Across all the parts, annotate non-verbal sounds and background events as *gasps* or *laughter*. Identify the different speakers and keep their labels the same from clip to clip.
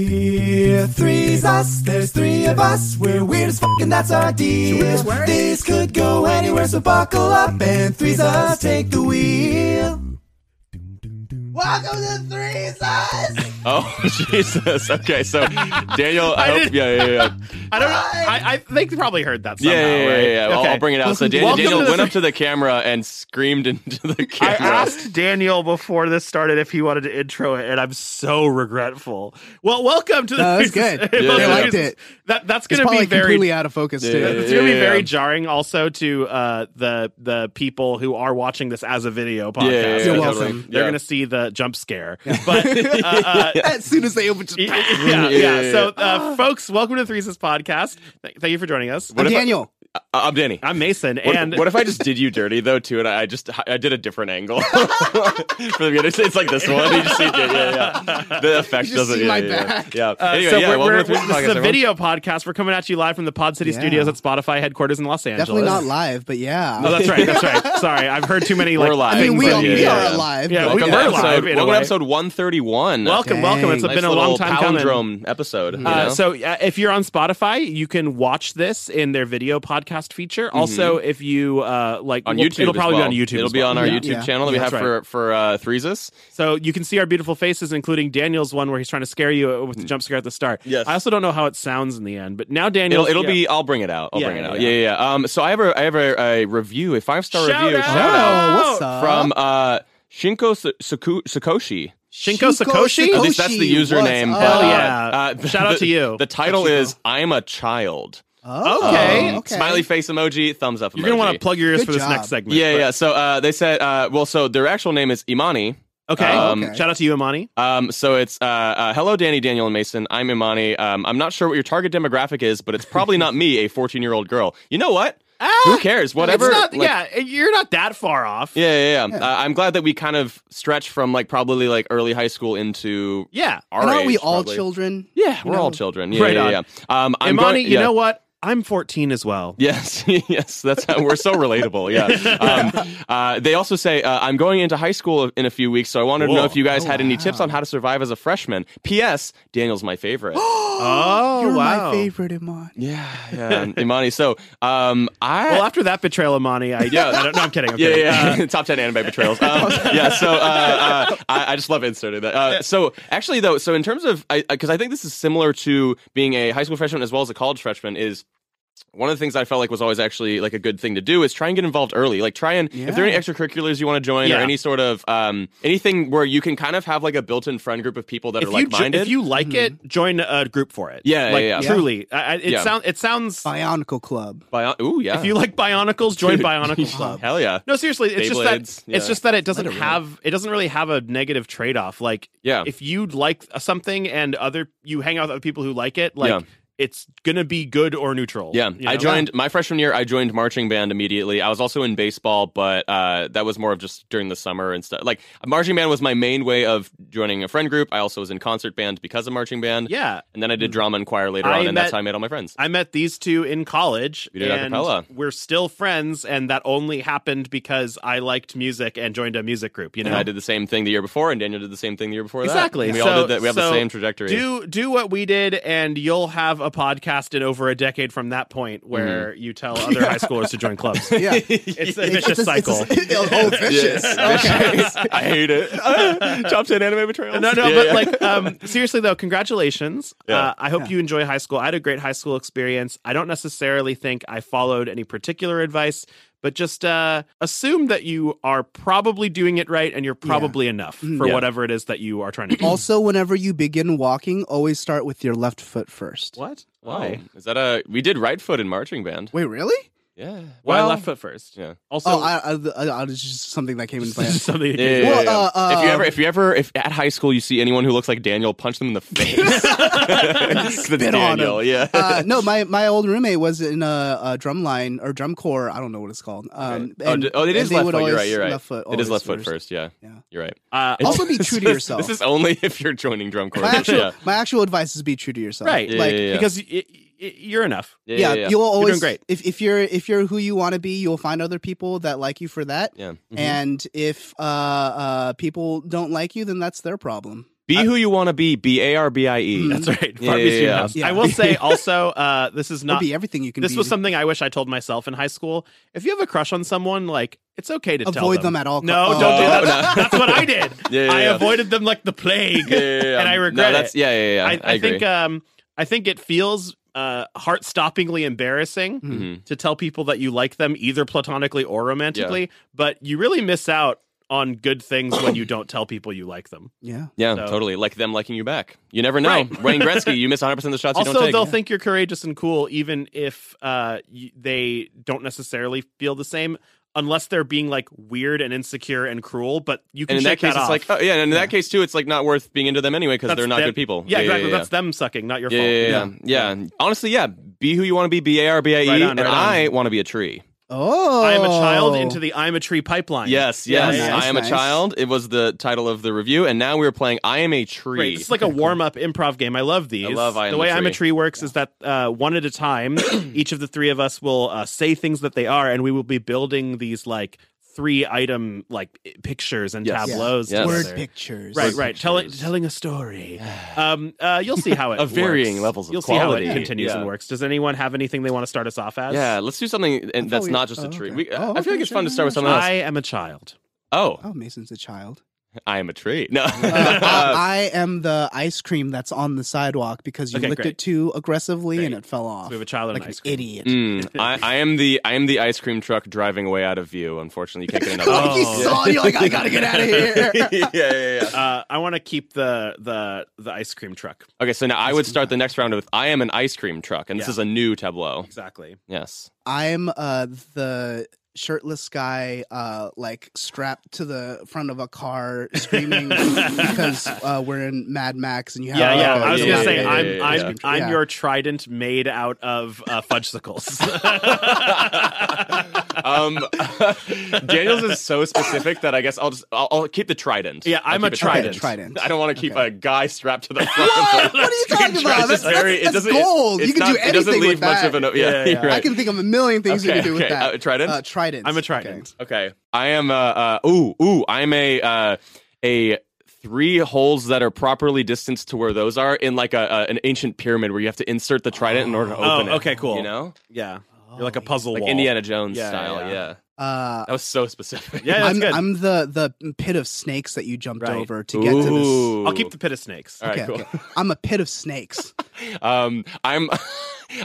Speaker 1: We're three's us, there's three of us. We're weird as fuck and that's our deal. This could go anywhere, so buckle up and three's us, take the wheel. Welcome to Three's Us!
Speaker 2: Oh *laughs* Jesus! Okay, so Daniel, I,
Speaker 3: I
Speaker 2: hope
Speaker 3: didn't-
Speaker 2: yeah,
Speaker 3: *laughs*
Speaker 2: yeah, yeah,
Speaker 3: I don't know. I, I think they probably heard that
Speaker 2: yeah,
Speaker 3: somehow.
Speaker 2: yeah, yeah,
Speaker 3: right?
Speaker 2: yeah, yeah. I'll,
Speaker 3: Okay.
Speaker 2: I'll bring it out. So Daniel,
Speaker 3: Welcome
Speaker 2: Daniel
Speaker 3: to the
Speaker 2: went up
Speaker 3: *laughs*
Speaker 2: to
Speaker 3: three-
Speaker 2: the camera and screamed into the
Speaker 3: I
Speaker 2: camera.
Speaker 3: asked Daniel before this started if he wanted to intro it, and I'm so regretful. Well, *laughs* welcome to the.
Speaker 4: No, that's good.
Speaker 2: Yeah,
Speaker 3: Well,
Speaker 2: they liked
Speaker 3: there's-
Speaker 4: it.
Speaker 3: That
Speaker 4: It's
Speaker 3: that's going to
Speaker 4: probably
Speaker 3: be very
Speaker 4: completely out of focus
Speaker 2: Yeah,
Speaker 4: too.
Speaker 2: yeah,
Speaker 3: it's gonna be very
Speaker 2: yeah.
Speaker 3: jarring also to uh, the the people who are watching this as a video podcast.
Speaker 2: yeah,
Speaker 4: You're
Speaker 3: because
Speaker 4: welcome.
Speaker 3: They're
Speaker 2: Yeah.
Speaker 3: gonna see the jump scare, but uh,
Speaker 2: *laughs*
Speaker 3: uh,
Speaker 4: *laughs* As soon as they open, just,
Speaker 3: yeah, yeah,
Speaker 2: Yeah,
Speaker 3: yeah. So, uh, folks, welcome to the Threeses podcast. Th- thank you for joining us.
Speaker 2: What if I-
Speaker 4: Daniel.
Speaker 2: I- I'm Uh, um, Danny.
Speaker 3: I'm Mason,
Speaker 2: What,
Speaker 3: and
Speaker 2: what if I just did you dirty though too, and I just I did a different angle *laughs* for the beginning? It's like this one. You just see, yeah, yeah,
Speaker 3: *laughs*
Speaker 2: yeah. The effect
Speaker 4: just
Speaker 2: doesn't.
Speaker 4: see
Speaker 2: Yeah,
Speaker 4: my
Speaker 2: yeah, yeah.
Speaker 4: back.
Speaker 2: yeah.
Speaker 3: Uh,
Speaker 2: anyway,
Speaker 3: so
Speaker 2: yeah.
Speaker 3: we're,
Speaker 2: welcome
Speaker 3: we're,
Speaker 2: to Three's
Speaker 3: this
Speaker 2: Podcast,
Speaker 3: is a
Speaker 2: everyone.
Speaker 3: video podcast. We're coming at you live from the Pod City
Speaker 4: Yeah.
Speaker 3: Studios at Spotify headquarters in Los Angeles.
Speaker 4: Definitely not live, but yeah.
Speaker 3: Oh, that's right. That's right. Sorry, I've heard too many. Like,
Speaker 2: We're live.
Speaker 4: I mean, we,
Speaker 2: Yeah,
Speaker 4: are,
Speaker 2: yeah,
Speaker 4: we
Speaker 2: yeah.
Speaker 4: are alive.
Speaker 3: Yeah,
Speaker 4: but
Speaker 3: we
Speaker 2: Welcome
Speaker 3: are
Speaker 2: to
Speaker 3: live
Speaker 2: episode.
Speaker 3: in a
Speaker 2: Welcome to
Speaker 3: way.
Speaker 2: episode 131.
Speaker 3: Welcome,
Speaker 4: Dang.
Speaker 3: welcome. It's
Speaker 2: Nice
Speaker 3: been a
Speaker 2: little
Speaker 3: long time coming.
Speaker 2: palindrome episode. you
Speaker 3: Uh,
Speaker 2: know?
Speaker 3: so uh, if you're on Spotify, you can watch this in their video podcast feature. Also, if you uh, like
Speaker 2: on
Speaker 3: well,
Speaker 2: YouTube.
Speaker 3: it'll
Speaker 2: as
Speaker 3: probably
Speaker 2: well.
Speaker 3: be on YouTube.
Speaker 2: It'll
Speaker 3: as
Speaker 2: be
Speaker 3: well.
Speaker 2: on our
Speaker 4: Yeah.
Speaker 2: YouTube
Speaker 4: Yeah.
Speaker 2: channel that we have
Speaker 3: That's
Speaker 2: for for uh, Threeses.
Speaker 3: So you can see our beautiful faces, including Daniel's one where he's trying to scare you with the jump scare at the start.
Speaker 2: Yes.
Speaker 3: I also don't know how it sounds in the end, but now Daniel,
Speaker 2: It'll it'll be. I'll bring it out. I'll
Speaker 3: Yeah,
Speaker 2: bring it
Speaker 3: yeah,
Speaker 2: out. Yeah,
Speaker 3: yeah.
Speaker 2: yeah. yeah. Um. So I have a I have a, a review, a five star
Speaker 3: Shout
Speaker 2: review.
Speaker 3: out!
Speaker 2: Shout
Speaker 4: Oh,
Speaker 2: out
Speaker 4: what's up?
Speaker 2: from uh Shinko Sa- Saku- Sakoshi.
Speaker 3: Shinko
Speaker 4: Shinko
Speaker 3: Sakoshi.
Speaker 2: At
Speaker 4: Sakoshi.
Speaker 2: least that's the
Speaker 4: what's
Speaker 2: username.
Speaker 4: up?
Speaker 2: but,
Speaker 3: Hell
Speaker 2: uh,
Speaker 3: yeah.
Speaker 2: uh,
Speaker 3: *laughs* Shout out
Speaker 2: the-
Speaker 3: to you.
Speaker 2: The title is "I'm a Child." Um,
Speaker 4: Oh,
Speaker 3: Okay.
Speaker 2: Smiley face emoji, thumbs up.
Speaker 3: You're gonna want
Speaker 2: emoji.
Speaker 3: to plug your ears
Speaker 4: Good
Speaker 3: for this
Speaker 4: job.
Speaker 3: next segment.
Speaker 2: Yeah,
Speaker 3: but-
Speaker 2: yeah. So uh, they said, uh, well, so their actual name is Imani.
Speaker 3: Okay.
Speaker 2: Um,
Speaker 4: Okay.
Speaker 3: Shout out to you, Imani.
Speaker 2: Um, so it's uh, uh, hello, Danny, Daniel, and Mason. I'm Imani. Um, I'm not sure what your target demographic is, but it's probably not me, a 14 year old girl. You know what?
Speaker 3: *gasps*
Speaker 2: Who cares? Whatever.
Speaker 3: Ah! It's not,
Speaker 2: like-
Speaker 3: yeah, you're not that far off.
Speaker 2: yeah, yeah, yeah. Uh, I'm glad that we kind of stretch from like probably like early high school into
Speaker 3: Yeah.
Speaker 2: our
Speaker 4: And aren't we
Speaker 2: age,
Speaker 4: all
Speaker 2: probably.
Speaker 4: children?
Speaker 2: Yeah, we're
Speaker 4: You know?
Speaker 2: all children. Yeah,
Speaker 3: Right
Speaker 2: yeah,
Speaker 3: on.
Speaker 2: yeah. Um, I'm
Speaker 3: Imani,
Speaker 2: going-
Speaker 3: you
Speaker 2: yeah. *laughs*
Speaker 3: know what? I'm 14 as well.
Speaker 2: Yes, *laughs* yes, that's how we're so relatable. Yeah. Um, uh, they also say uh, I'm going into high school in a few weeks, so I wanted to know
Speaker 3: Cool.
Speaker 2: if you guys
Speaker 4: Oh,
Speaker 2: had any
Speaker 4: wow.
Speaker 2: tips on how to survive as a freshman. P.S. Daniel's my favorite.
Speaker 3: *gasps* Oh,
Speaker 4: You're
Speaker 3: wow.
Speaker 4: my favorite, Iman.
Speaker 2: yeah, yeah,
Speaker 3: *laughs*
Speaker 2: Imani. So, um, I
Speaker 3: Well, after that betrayal, Imani, I,
Speaker 2: *laughs* Yeah.
Speaker 3: I don't, no, I'm kidding. I'm
Speaker 2: yeah,
Speaker 3: kidding. *laughs*
Speaker 2: yeah, yeah. top ten anime betrayals. Um, yeah, so uh, uh, I, I just love inserting that. Uh, so actually, though, so in terms of, because I, 'cause I think this is similar to being a high school freshman as well as a college freshman is. One of the things I felt like was always actually like a good thing to do is try and get involved early. Like try and if there are any extracurriculars you want to join or
Speaker 3: Yeah.
Speaker 2: any sort of um, anything where you can kind of have like a built-in friend group of people that
Speaker 3: If
Speaker 2: are
Speaker 3: you, jo-
Speaker 2: like-minded.
Speaker 3: if you like
Speaker 4: Mm-hmm.
Speaker 3: it, join a group for it.
Speaker 2: Yeah,
Speaker 3: like,
Speaker 2: yeah, yeah.
Speaker 3: Truly, I, I- it
Speaker 2: Yeah.
Speaker 3: sound it sounds.
Speaker 4: Bionicle Club.
Speaker 2: Bio- ooh yeah.
Speaker 3: If you like Bionicles,
Speaker 2: *laughs*
Speaker 3: join
Speaker 2: Dude.
Speaker 3: Bionicle Club.
Speaker 2: Hell yeah.
Speaker 3: No, seriously, it's just
Speaker 2: Beyblades,
Speaker 3: that
Speaker 2: yeah.
Speaker 3: it's just that it doesn't have it doesn't really have a negative trade off. Like,
Speaker 2: Yeah.
Speaker 3: if you like something and other you hang out with other people who like it, like
Speaker 2: Yeah.
Speaker 3: it's gonna be good or neutral.
Speaker 2: Yeah,
Speaker 3: you
Speaker 2: I
Speaker 3: know?
Speaker 2: joined my freshman year. I joined marching band immediately. I was also in baseball, but uh, that was more of just during the summer and stuff. Like marching band was my main way of joining a friend group. I also was in concert band because of marching band.
Speaker 3: Yeah, Mm-hmm.
Speaker 2: and then I did drama and choir later
Speaker 3: I
Speaker 2: on, and that's
Speaker 3: met-
Speaker 2: how I made all my friends.
Speaker 3: I met these two in college.
Speaker 2: We did a
Speaker 3: and
Speaker 2: cappella.
Speaker 3: We're still friends, and that only happened because I liked music and joined a music group. You know,
Speaker 2: and I did the same thing the year before, and Daniel did the same thing the year before. that.
Speaker 3: Exactly.
Speaker 2: And we
Speaker 3: so,
Speaker 2: all did that. We have the
Speaker 3: so
Speaker 2: same trajectory. *laughs*
Speaker 3: Do do what we did, and you'll have a podcast in over a decade from that point where
Speaker 2: Mm-hmm.
Speaker 3: you tell other high schoolers to
Speaker 2: *laughs*
Speaker 3: join clubs.
Speaker 4: Yeah.
Speaker 3: *laughs* It's a vicious cycle.
Speaker 4: oh, vicious. Okay.
Speaker 2: *laughs* I hate
Speaker 3: *laughs*
Speaker 2: it. Top ten anime betrayals.
Speaker 3: No, no,
Speaker 2: Yeah,
Speaker 3: but
Speaker 2: yeah.
Speaker 3: like, um, *laughs* seriously though, congratulations.
Speaker 2: Yeah.
Speaker 3: Uh, I hope you enjoy high school. I had a great high school experience. I don't necessarily think I followed any particular advice, but just uh, assume that you are probably doing it right and you're probably enough for
Speaker 2: Yeah.
Speaker 3: whatever it is that you are trying to do.
Speaker 4: also, whenever you begin walking, always start with your left foot first.
Speaker 3: what?
Speaker 2: wow.
Speaker 3: Why?
Speaker 2: Is that a? We did right foot in marching band.
Speaker 4: Wait, really?
Speaker 2: Yeah.
Speaker 3: Why
Speaker 2: Well,
Speaker 3: left foot first?
Speaker 2: Yeah.
Speaker 3: Also, *laughs*
Speaker 4: Oh, I, I, I, I, it's just something that came into my
Speaker 2: *laughs*
Speaker 4: head.
Speaker 3: something.
Speaker 2: Yeah, yeah,
Speaker 4: Well,
Speaker 2: yeah, yeah.
Speaker 4: uh,
Speaker 2: if you
Speaker 4: uh,
Speaker 2: ever, if you ever, if at high school you see anyone who looks like Daniel, punch
Speaker 4: *laughs*
Speaker 2: them in the *laughs* face. Spit
Speaker 4: on
Speaker 2: Daniel, yeah.
Speaker 4: uh, no, my, my old roommate was in a, a drum line or drum corps. I don't know what it's called. Um,
Speaker 2: *laughs* oh,
Speaker 4: and-
Speaker 2: d- oh, it
Speaker 4: and
Speaker 2: is
Speaker 4: they
Speaker 2: left
Speaker 4: would
Speaker 2: foot. You're right.
Speaker 4: always
Speaker 2: You're right.
Speaker 4: Left foot
Speaker 2: it is
Speaker 4: always
Speaker 2: left foot first. Yeah.
Speaker 4: Yeah.
Speaker 2: You're right.
Speaker 3: Uh,
Speaker 2: *laughs*
Speaker 4: Also, be true to yourself.
Speaker 2: This is only if you're joining drum corps.
Speaker 4: My actual,
Speaker 2: yeah.
Speaker 4: my actual advice is be true to yourself.
Speaker 3: Right.
Speaker 2: Yeah,
Speaker 4: Like,
Speaker 2: yeah, yeah.
Speaker 3: because y- y- y- you're enough.
Speaker 2: Yeah,
Speaker 4: yeah,
Speaker 2: yeah, yeah.
Speaker 4: you'll always
Speaker 3: doing great.
Speaker 4: If, if you're if you're who you want to be, you'll find other people that like you for that.
Speaker 3: Mm-hmm.
Speaker 2: Yeah. Mhm.
Speaker 4: And if uh, uh, people don't like you, then that's their problem.
Speaker 2: Be who you want to be. B A R B I E.
Speaker 4: Mm.
Speaker 3: That's right.
Speaker 2: Yeah,
Speaker 3: Barbie's
Speaker 2: yeah,
Speaker 3: Dreamhouse.
Speaker 4: yeah.
Speaker 3: I
Speaker 2: *laughs*
Speaker 3: will say also, uh, this is
Speaker 4: Not,
Speaker 3: not
Speaker 4: be everything you can
Speaker 3: this
Speaker 4: be.
Speaker 3: was something I wish I told myself in high school. If you have a crush on someone, like it's okay to tell
Speaker 4: Avoid them at all co-
Speaker 3: No,
Speaker 4: oh.
Speaker 3: don't do that.
Speaker 2: No,
Speaker 3: That's,
Speaker 2: no.
Speaker 3: *laughs* that's what I did.
Speaker 2: *laughs* *laughs* Yeah, yeah,
Speaker 3: I
Speaker 2: yeah.
Speaker 3: avoided them like the
Speaker 2: *laughs*
Speaker 3: plague,
Speaker 2: Yeah, yeah, yeah.
Speaker 3: and I regret
Speaker 2: no, that's,
Speaker 3: it.
Speaker 2: Yeah, yeah, yeah. I,
Speaker 3: I, I
Speaker 2: agree.
Speaker 3: think um, I think it feels uh, heart-stoppingly embarrassing
Speaker 2: Mhm.
Speaker 3: to tell people that you like them either platonically or romantically, but you really miss out on good things
Speaker 2: *coughs*
Speaker 3: when you don't tell people you like them.
Speaker 4: *laughs* Yeah.
Speaker 2: yeah,
Speaker 3: so-
Speaker 2: totally. Like them liking you back. You never know.
Speaker 3: Right.
Speaker 2: Wayne
Speaker 3: *laughs*
Speaker 2: Gretzky, you miss 100 percent of the shots you
Speaker 3: also,
Speaker 2: don't take.
Speaker 3: they'll think you're courageous and cool, even if uh, y- they don't necessarily feel the same, unless they're being like weird and insecure and cruel. But you can
Speaker 2: and in that
Speaker 3: shake
Speaker 2: case,
Speaker 3: that
Speaker 2: it's
Speaker 3: off.
Speaker 2: like, oh, yeah, and in that case too, it's like not worth being into them anyway because
Speaker 3: That's
Speaker 2: they're not
Speaker 3: them-
Speaker 2: good people.
Speaker 3: Yeah,
Speaker 2: oh, yeah,
Speaker 3: exactly.
Speaker 2: yeah.
Speaker 3: That's them sucking, not your
Speaker 2: yeah,
Speaker 3: fault.
Speaker 2: yeah, yeah, yeah. yeah. Honestly, yeah. Be who you want to be. B A R B I E.
Speaker 3: Right on,
Speaker 2: And
Speaker 3: right on.
Speaker 2: I want to be a tree.
Speaker 4: Oh.
Speaker 3: I am a child into the I'm a tree pipeline.
Speaker 2: Yes,
Speaker 3: Yeah,
Speaker 2: yes.
Speaker 3: yeah,
Speaker 4: nice,
Speaker 2: I am
Speaker 4: nice.
Speaker 2: a child. It was the title of the review, and now we're playing I am a tree.
Speaker 3: Great. It's
Speaker 2: *laughs*
Speaker 3: like a warm up improv game. I love these.
Speaker 2: I love I Am
Speaker 3: the
Speaker 2: a
Speaker 3: way I'm a
Speaker 2: Tree.
Speaker 3: tree works is that uh, one at
Speaker 2: *clears throat*
Speaker 3: a time, each of the three of us will uh, say things that they are, and we will be building these like three item like i- pictures and
Speaker 2: Yes.
Speaker 3: tableaux.
Speaker 2: Yes.
Speaker 4: word
Speaker 3: together.
Speaker 4: pictures.
Speaker 3: Right,
Speaker 2: Word
Speaker 3: right. Telling
Speaker 2: pictures.
Speaker 3: telling
Speaker 2: *sighs*
Speaker 3: a story. Um, uh, you'll see how it
Speaker 2: Of varying
Speaker 3: works.
Speaker 2: levels of
Speaker 3: You'll see
Speaker 2: quality.
Speaker 3: how it continues
Speaker 2: Yeah.
Speaker 3: and works. Does anyone have anything they want to start us off as?
Speaker 2: yeah, let's do something and that's
Speaker 4: we-
Speaker 2: not just
Speaker 4: oh,
Speaker 2: a tree.
Speaker 4: okay.
Speaker 2: We,
Speaker 4: Oh,
Speaker 2: I
Speaker 4: okay,
Speaker 2: feel like it's fun
Speaker 4: sure,
Speaker 2: to start with
Speaker 4: yeah,
Speaker 2: something else.
Speaker 3: I am a child.
Speaker 2: oh,
Speaker 4: Oh, Mason's a
Speaker 3: *laughs*
Speaker 4: child.
Speaker 2: I am a tree. No.
Speaker 4: Uh,
Speaker 2: Uh,
Speaker 4: I am the ice cream that's on the sidewalk because you
Speaker 3: Okay,
Speaker 4: licked
Speaker 3: great.
Speaker 4: it too aggressively and
Speaker 3: Great.
Speaker 4: it fell off.
Speaker 3: So we have a child and
Speaker 4: like
Speaker 3: an
Speaker 4: an
Speaker 3: ice cream.
Speaker 4: idiot.
Speaker 2: mm, I, I am the I am the ice cream truck driving away out of view. Unfortunately, you can't get another.
Speaker 4: like you
Speaker 3: Oh.
Speaker 4: saw, it, you're like, I gotta get out of here.
Speaker 2: yeah, *laughs* yeah, yeah.
Speaker 3: Uh, I want to keep the the the ice cream truck.
Speaker 2: Okay, so now I would start the next round with I am an ice cream truck, and this
Speaker 3: Yeah.
Speaker 2: is a new tableau.
Speaker 3: Exactly. *laughs*
Speaker 2: Yes.
Speaker 4: I'm uh, the shirtless guy, uh, like strapped to the front of a car, screaming because uh, we're in Mad Max and you have.
Speaker 3: Yeah,
Speaker 4: like,
Speaker 3: yeah.
Speaker 4: a-
Speaker 3: I was
Speaker 2: Oh, yeah,
Speaker 3: gonna
Speaker 2: yeah,
Speaker 3: say
Speaker 2: yeah,
Speaker 3: I'm
Speaker 2: yeah, yeah,
Speaker 3: I'm
Speaker 2: yeah.
Speaker 3: I'm
Speaker 4: Yeah.
Speaker 3: your trident made out of uh,
Speaker 2: *laughs*
Speaker 3: fudgesicles. *laughs*
Speaker 2: Um, *laughs* Daniels is so specific that I guess I'll just I'll, I'll keep the trident.
Speaker 3: Yeah,
Speaker 2: I'll
Speaker 3: I'm a
Speaker 2: keep it
Speaker 3: trident.
Speaker 4: Trident.
Speaker 2: I don't want to keep
Speaker 4: Okay.
Speaker 2: a guy strapped
Speaker 4: *laughs*
Speaker 2: to the
Speaker 4: *laughs*
Speaker 2: front.
Speaker 4: What?
Speaker 2: of the
Speaker 4: What are you
Speaker 3: *laughs*
Speaker 4: talking
Speaker 2: It's
Speaker 4: about?
Speaker 2: just
Speaker 4: That's- that's-
Speaker 2: very- it
Speaker 4: that's
Speaker 2: doesn't-
Speaker 4: gold.
Speaker 2: it's
Speaker 4: You can do
Speaker 2: It doesn't
Speaker 4: anything
Speaker 2: leave
Speaker 4: with
Speaker 2: much
Speaker 4: that.
Speaker 2: of an. Yeah,
Speaker 3: Yeah, yeah.
Speaker 2: *laughs* you're right.
Speaker 4: I can think of a million things you
Speaker 2: Okay,
Speaker 4: can do with
Speaker 2: okay.
Speaker 4: that.
Speaker 2: Uh, trident?
Speaker 4: Uh, trident.
Speaker 3: I'm a trident.
Speaker 2: Okay. I am uh, uh ooh ooh I'm a uh a three holes that are properly distanced to where those are in like a, a an ancient pyramid where you have to insert the trident in order to
Speaker 3: Oh,
Speaker 2: open it.
Speaker 3: okay, cool.
Speaker 2: You know?
Speaker 3: yeah, you're like a puzzle
Speaker 2: Like
Speaker 3: wall.
Speaker 2: Indiana Jones
Speaker 3: Yeah,
Speaker 2: style,
Speaker 3: yeah.
Speaker 2: yeah.
Speaker 4: Oh, Uh,
Speaker 2: That was so specific. *laughs*
Speaker 3: Yeah, that's
Speaker 4: I'm,
Speaker 3: good.
Speaker 4: I'm the the pit of snakes that you jumped
Speaker 3: Right.
Speaker 4: over to get to this.
Speaker 2: Ooh.
Speaker 3: I'll keep the pit of snakes.
Speaker 2: All right,
Speaker 4: Okay,
Speaker 2: cool.
Speaker 4: okay. I'm a pit of snakes.
Speaker 2: Um I'm *laughs*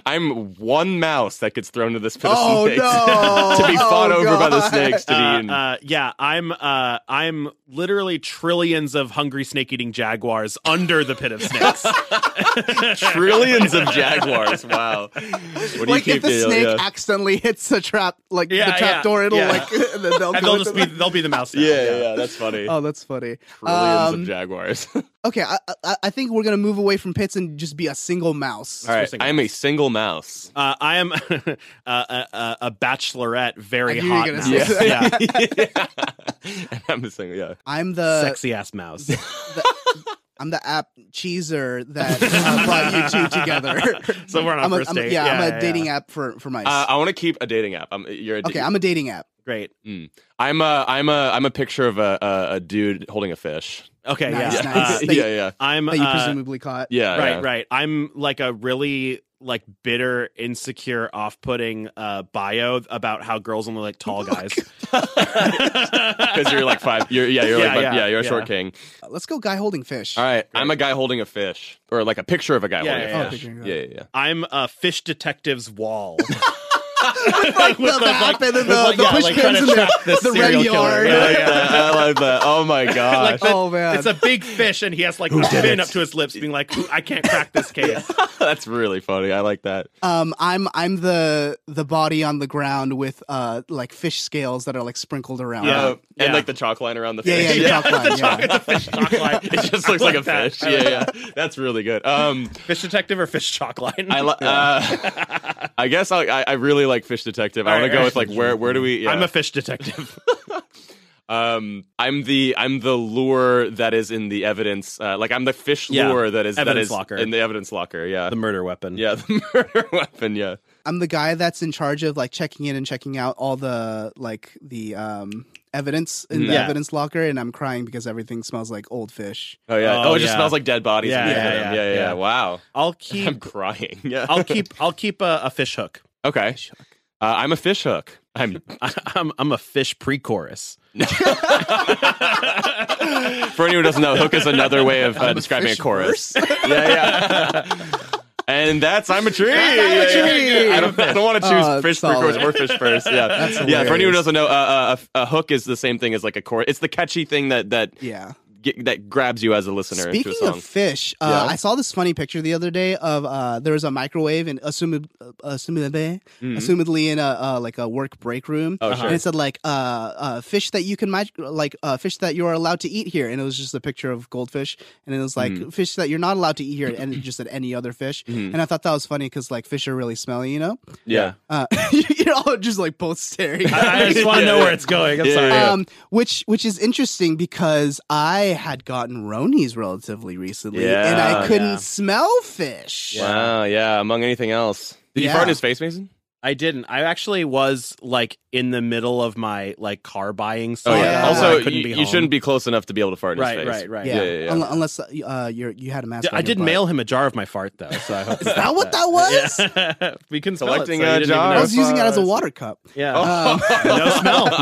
Speaker 2: I'm one mouse that gets thrown to this pit
Speaker 4: Oh,
Speaker 2: of snakes
Speaker 4: no.
Speaker 2: *laughs* to be fought
Speaker 4: Oh,
Speaker 2: over by the
Speaker 4: God.
Speaker 2: snakes to
Speaker 3: Uh,
Speaker 2: be
Speaker 4: *laughs*
Speaker 2: eaten.
Speaker 3: uh, yeah, I'm uh, I'm literally trillions of hungry snake eating jaguars under the
Speaker 2: *laughs*
Speaker 3: pit of snakes.
Speaker 2: trillions of jaguars.
Speaker 4: *laughs*
Speaker 2: Wow. What do
Speaker 4: like
Speaker 2: you
Speaker 4: if
Speaker 2: keep
Speaker 4: the
Speaker 2: Daniel?
Speaker 4: snake
Speaker 2: Yeah.
Speaker 4: accidentally hits a trap, like
Speaker 3: Yeah,
Speaker 4: the trap
Speaker 3: yeah,
Speaker 4: door, it'll
Speaker 3: yeah.
Speaker 4: like *laughs* and then they'll go
Speaker 3: and they'll
Speaker 4: into
Speaker 3: just be
Speaker 4: the-
Speaker 3: they'll be the mouse. now.
Speaker 2: yeah, yeah, yeah, that's funny.
Speaker 4: *laughs* Oh, that's funny.
Speaker 2: Trillions
Speaker 4: Um, *laughs*
Speaker 2: of jaguars.
Speaker 4: Okay, I, I, I think we're gonna move away from pits and just be a single mouse.
Speaker 2: All right,
Speaker 3: single
Speaker 2: I'm a
Speaker 4: *laughs*
Speaker 2: single mouse.
Speaker 3: Uh, I am *laughs* a, a- a, a bachelorette, very
Speaker 4: I knew you were
Speaker 3: hot
Speaker 4: gonna
Speaker 3: mouse.
Speaker 4: say
Speaker 2: *laughs*
Speaker 3: Yeah.
Speaker 4: that. *laughs*
Speaker 3: Yeah.
Speaker 2: I'm a single. Yeah.
Speaker 4: I'm the
Speaker 3: sexy ass mouse.
Speaker 4: *laughs* I'm the app cheeser that
Speaker 2: *laughs*
Speaker 4: uh, brought you two together.
Speaker 3: *laughs* So we're on our
Speaker 4: I'm a,
Speaker 3: first
Speaker 4: I'm a-
Speaker 3: date.
Speaker 4: yeah, I'm a
Speaker 3: yeah.
Speaker 4: dating app for for mice.
Speaker 2: Uh, I want to keep a dating app. I'm you're a
Speaker 4: okay,
Speaker 2: da-
Speaker 4: I'm a dating app.
Speaker 3: Great.
Speaker 2: I'm a I'm a I'm a picture of a a, a dude holding a fish.
Speaker 3: Okay.
Speaker 4: Nice,
Speaker 3: yeah.
Speaker 2: *laughs*
Speaker 4: nice.
Speaker 3: Uh,
Speaker 4: That you-
Speaker 2: yeah, yeah,
Speaker 3: *laughs* I'm
Speaker 4: That you
Speaker 3: uh,
Speaker 4: presumably caught.
Speaker 2: yeah.
Speaker 3: right,
Speaker 2: yeah.
Speaker 3: right. I'm like a really like bitter, insecure, off-putting uh, bio about how girls only like tall guys.
Speaker 2: Because you're like five. You're yeah. You're
Speaker 3: Yeah,
Speaker 2: like
Speaker 3: yeah,
Speaker 2: yeah. yeah you're a
Speaker 3: yeah.
Speaker 2: short king.
Speaker 4: Uh, Let's go guy holding fish.
Speaker 2: All right. I'm a guy holding a fish, or like a picture of a guy
Speaker 3: Yeah,
Speaker 2: holding
Speaker 3: yeah,
Speaker 2: a
Speaker 4: yeah.
Speaker 2: fish.
Speaker 4: Oh, picture,
Speaker 2: yeah, yeah, yeah.
Speaker 3: *laughs* I'm a fish detective's wall.
Speaker 4: like the
Speaker 3: With the
Speaker 4: map
Speaker 3: fuck-
Speaker 4: and then
Speaker 3: with
Speaker 4: the,
Speaker 3: like-
Speaker 4: the
Speaker 3: yeah,
Speaker 4: push
Speaker 3: like trying
Speaker 4: pins
Speaker 3: to
Speaker 4: and
Speaker 3: track
Speaker 4: the,
Speaker 3: this
Speaker 4: the red
Speaker 3: serial killer.
Speaker 4: yard.
Speaker 2: I like *laughs* that. I like
Speaker 3: *laughs*
Speaker 2: that. Oh my gosh.
Speaker 3: that-
Speaker 4: *laughs* Oh, man.
Speaker 3: It's a big fish, and he has like a fin up to his lips, being like, "Ooh, "I can't crack this case."
Speaker 2: *laughs* That's really funny. I like that.
Speaker 4: Um, I'm I'm the the body on the ground with uh like fish scales that are like sprinkled around.
Speaker 3: Yeah.
Speaker 2: Uh, and
Speaker 3: Yeah.
Speaker 2: like the chalk line around the
Speaker 4: Yeah,
Speaker 2: fish.
Speaker 4: yeah, the
Speaker 2: *laughs*
Speaker 4: chalk line,
Speaker 3: the
Speaker 4: yeah.
Speaker 3: chalk- it's a *laughs* fish chalk line.
Speaker 2: it just looks like a
Speaker 3: that.
Speaker 2: fish.
Speaker 3: I
Speaker 2: Yeah, yeah. That's really good. Um,
Speaker 3: Fish detective or fish chalk line?
Speaker 2: I
Speaker 3: *laughs*
Speaker 2: li- uh, *laughs* I guess I'll, I I really like Fish Detective. I
Speaker 3: All
Speaker 2: want
Speaker 3: right,
Speaker 2: to go
Speaker 3: all
Speaker 2: with
Speaker 3: right.
Speaker 2: like where where do we? Yeah.
Speaker 3: I'm a fish detective.
Speaker 2: um I'm the I'm the lure that is in the evidence. Uh, like I'm the fish
Speaker 3: Yeah.
Speaker 2: lure that is that
Speaker 3: Evidence
Speaker 2: is
Speaker 3: locker.
Speaker 2: in the evidence locker. Yeah,
Speaker 3: the murder weapon.
Speaker 2: yeah, *laughs* the murder weapon. Yeah,
Speaker 4: I'm the guy that's in charge of like checking in and checking out all the like the um evidence in the
Speaker 3: Yeah.
Speaker 4: evidence locker, and I'm crying because everything smells like old fish.
Speaker 2: Oh yeah.
Speaker 3: Oh,
Speaker 2: Oh, it just
Speaker 3: yeah.
Speaker 2: smells like dead bodies.
Speaker 3: Yeah,
Speaker 2: in the
Speaker 4: yeah,
Speaker 2: end of them.
Speaker 3: yeah,
Speaker 2: yeah, yeah,
Speaker 3: yeah.
Speaker 2: yeah. Wow. *laughs*
Speaker 3: I'll
Speaker 2: I'm
Speaker 3: keep.
Speaker 2: crying. Yeah.
Speaker 3: I'll keep. I'll keep a, a fish hook. *laughs*
Speaker 2: okay. Uh, I'm a fish hook. I'm
Speaker 3: I'm. I'm a fish pre-chorus.
Speaker 2: For anyone who doesn't know, hook is another way of uh,
Speaker 4: I'm a
Speaker 2: describing a
Speaker 4: fish
Speaker 2: chorus. *laughs* yeah, yeah. and that's I'm a tree.
Speaker 4: I'm a
Speaker 2: Yeah, yeah,
Speaker 4: tree.
Speaker 2: yeah. I don't, I don't want to choose
Speaker 4: Oh,
Speaker 2: fish
Speaker 4: solid.
Speaker 2: pre-chorus or fish first. Yeah,
Speaker 4: That's
Speaker 2: yeah. For anyone who
Speaker 4: hilarious.
Speaker 2: doesn't know, uh, uh, a, a hook is the same thing as like a chorus. It's the catchy thing that that
Speaker 4: Yeah.
Speaker 2: ge- that grabs you as a listener into a
Speaker 4: Speaking
Speaker 2: song.
Speaker 4: of fish, uh,
Speaker 2: Yeah.
Speaker 4: I saw this funny picture the other day of uh, there was a microwave in assumed, uh, assumedly, assumedly in a uh, like a work break room,
Speaker 2: Mm-hmm. Oh,
Speaker 4: and
Speaker 2: sure.
Speaker 4: it said like uh, uh, fish that you can mic- like uh, fish that you are allowed to eat here, and it was just a picture of goldfish, and it was like
Speaker 2: Mm-hmm.
Speaker 4: fish that you're not allowed to eat here, and it just said any other fish, and I thought that was funny because like fish are really smelly, you know.
Speaker 2: yeah.
Speaker 4: Uh, *laughs* you're all just like both staring. at
Speaker 3: I, I just want to
Speaker 2: Yeah,
Speaker 3: know
Speaker 2: yeah.
Speaker 3: where it's going. I'm
Speaker 2: Yeah,
Speaker 3: sorry.
Speaker 2: yeah,
Speaker 4: um, which which is interesting because I had gotten Ronies relatively recently,
Speaker 2: Yeah.
Speaker 4: and I couldn't
Speaker 3: Yeah.
Speaker 4: smell fish.
Speaker 2: Wow. Yeah. Among anything else, did
Speaker 4: Yeah.
Speaker 2: you fart in his face, Mason?
Speaker 3: I didn't. I actually was like in the middle of my like car buying.
Speaker 2: Oh
Speaker 3: Saga,
Speaker 2: yeah.
Speaker 4: yeah.
Speaker 3: where I
Speaker 2: Also,
Speaker 3: couldn't
Speaker 2: you,
Speaker 3: be
Speaker 2: you
Speaker 3: home.
Speaker 2: shouldn't be close enough to be able to fart in
Speaker 3: Right,
Speaker 2: his face.
Speaker 3: right, right.
Speaker 4: Yeah,
Speaker 2: Yeah, yeah, yeah.
Speaker 4: Unle- unless uh, you're you had a mask. on
Speaker 3: I
Speaker 4: your
Speaker 3: did
Speaker 4: butt.
Speaker 3: mail him a jar of my fart though, so I hope
Speaker 4: Is that what that was?
Speaker 3: Yeah. *laughs* we can smell
Speaker 2: Collecting
Speaker 3: it, so
Speaker 2: a
Speaker 3: you didn't even
Speaker 2: jar
Speaker 3: know.
Speaker 4: I was
Speaker 2: of,
Speaker 4: using it as a
Speaker 2: uh,
Speaker 4: water cup.
Speaker 3: Yeah.
Speaker 2: Oh.
Speaker 4: Um,
Speaker 3: *laughs* no smell,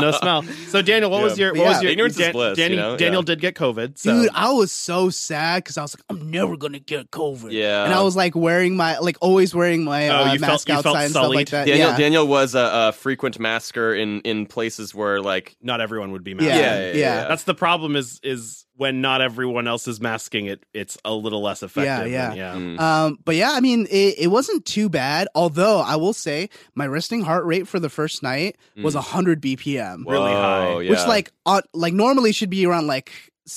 Speaker 2: *laughs*
Speaker 3: no smell. So Daniel, what was
Speaker 2: Yeah.
Speaker 3: your what
Speaker 4: Yeah.
Speaker 3: was your
Speaker 2: Ignorance is
Speaker 3: Dan-
Speaker 2: bliss, you
Speaker 3: Danny-
Speaker 2: know?
Speaker 3: Daniel
Speaker 2: Yeah.
Speaker 3: did get COVID. So
Speaker 4: Dude, I was so sad because I was like, I'm never gonna get COVID.
Speaker 2: Yeah.
Speaker 4: and I was like wearing my like always wearing my
Speaker 3: Oh,
Speaker 4: uh,
Speaker 3: you felt-
Speaker 4: mask
Speaker 3: you felt
Speaker 4: outside and stuff like
Speaker 3: sullied.
Speaker 4: that.
Speaker 2: Daniel
Speaker 4: yeah.
Speaker 2: Daniel was a, a frequent masker in in places where like
Speaker 3: not everyone would be masked.
Speaker 4: yeah,
Speaker 2: Yeah, yeah,
Speaker 4: yeah,
Speaker 2: yeah,
Speaker 4: yeah,
Speaker 2: yeah.
Speaker 3: That's the problem is is when not everyone else is masking it, it's a little less effective.
Speaker 4: yeah.
Speaker 3: and- yeah.
Speaker 2: mm.
Speaker 4: Um, but yeah, I mean, it, it wasn't too bad. Although I will say, my resting heart rate for the first night
Speaker 2: Mm.
Speaker 4: was 100 BPM,
Speaker 3: really high.
Speaker 2: Whoa,
Speaker 4: which
Speaker 2: yeah.
Speaker 4: like on, like normally should be around like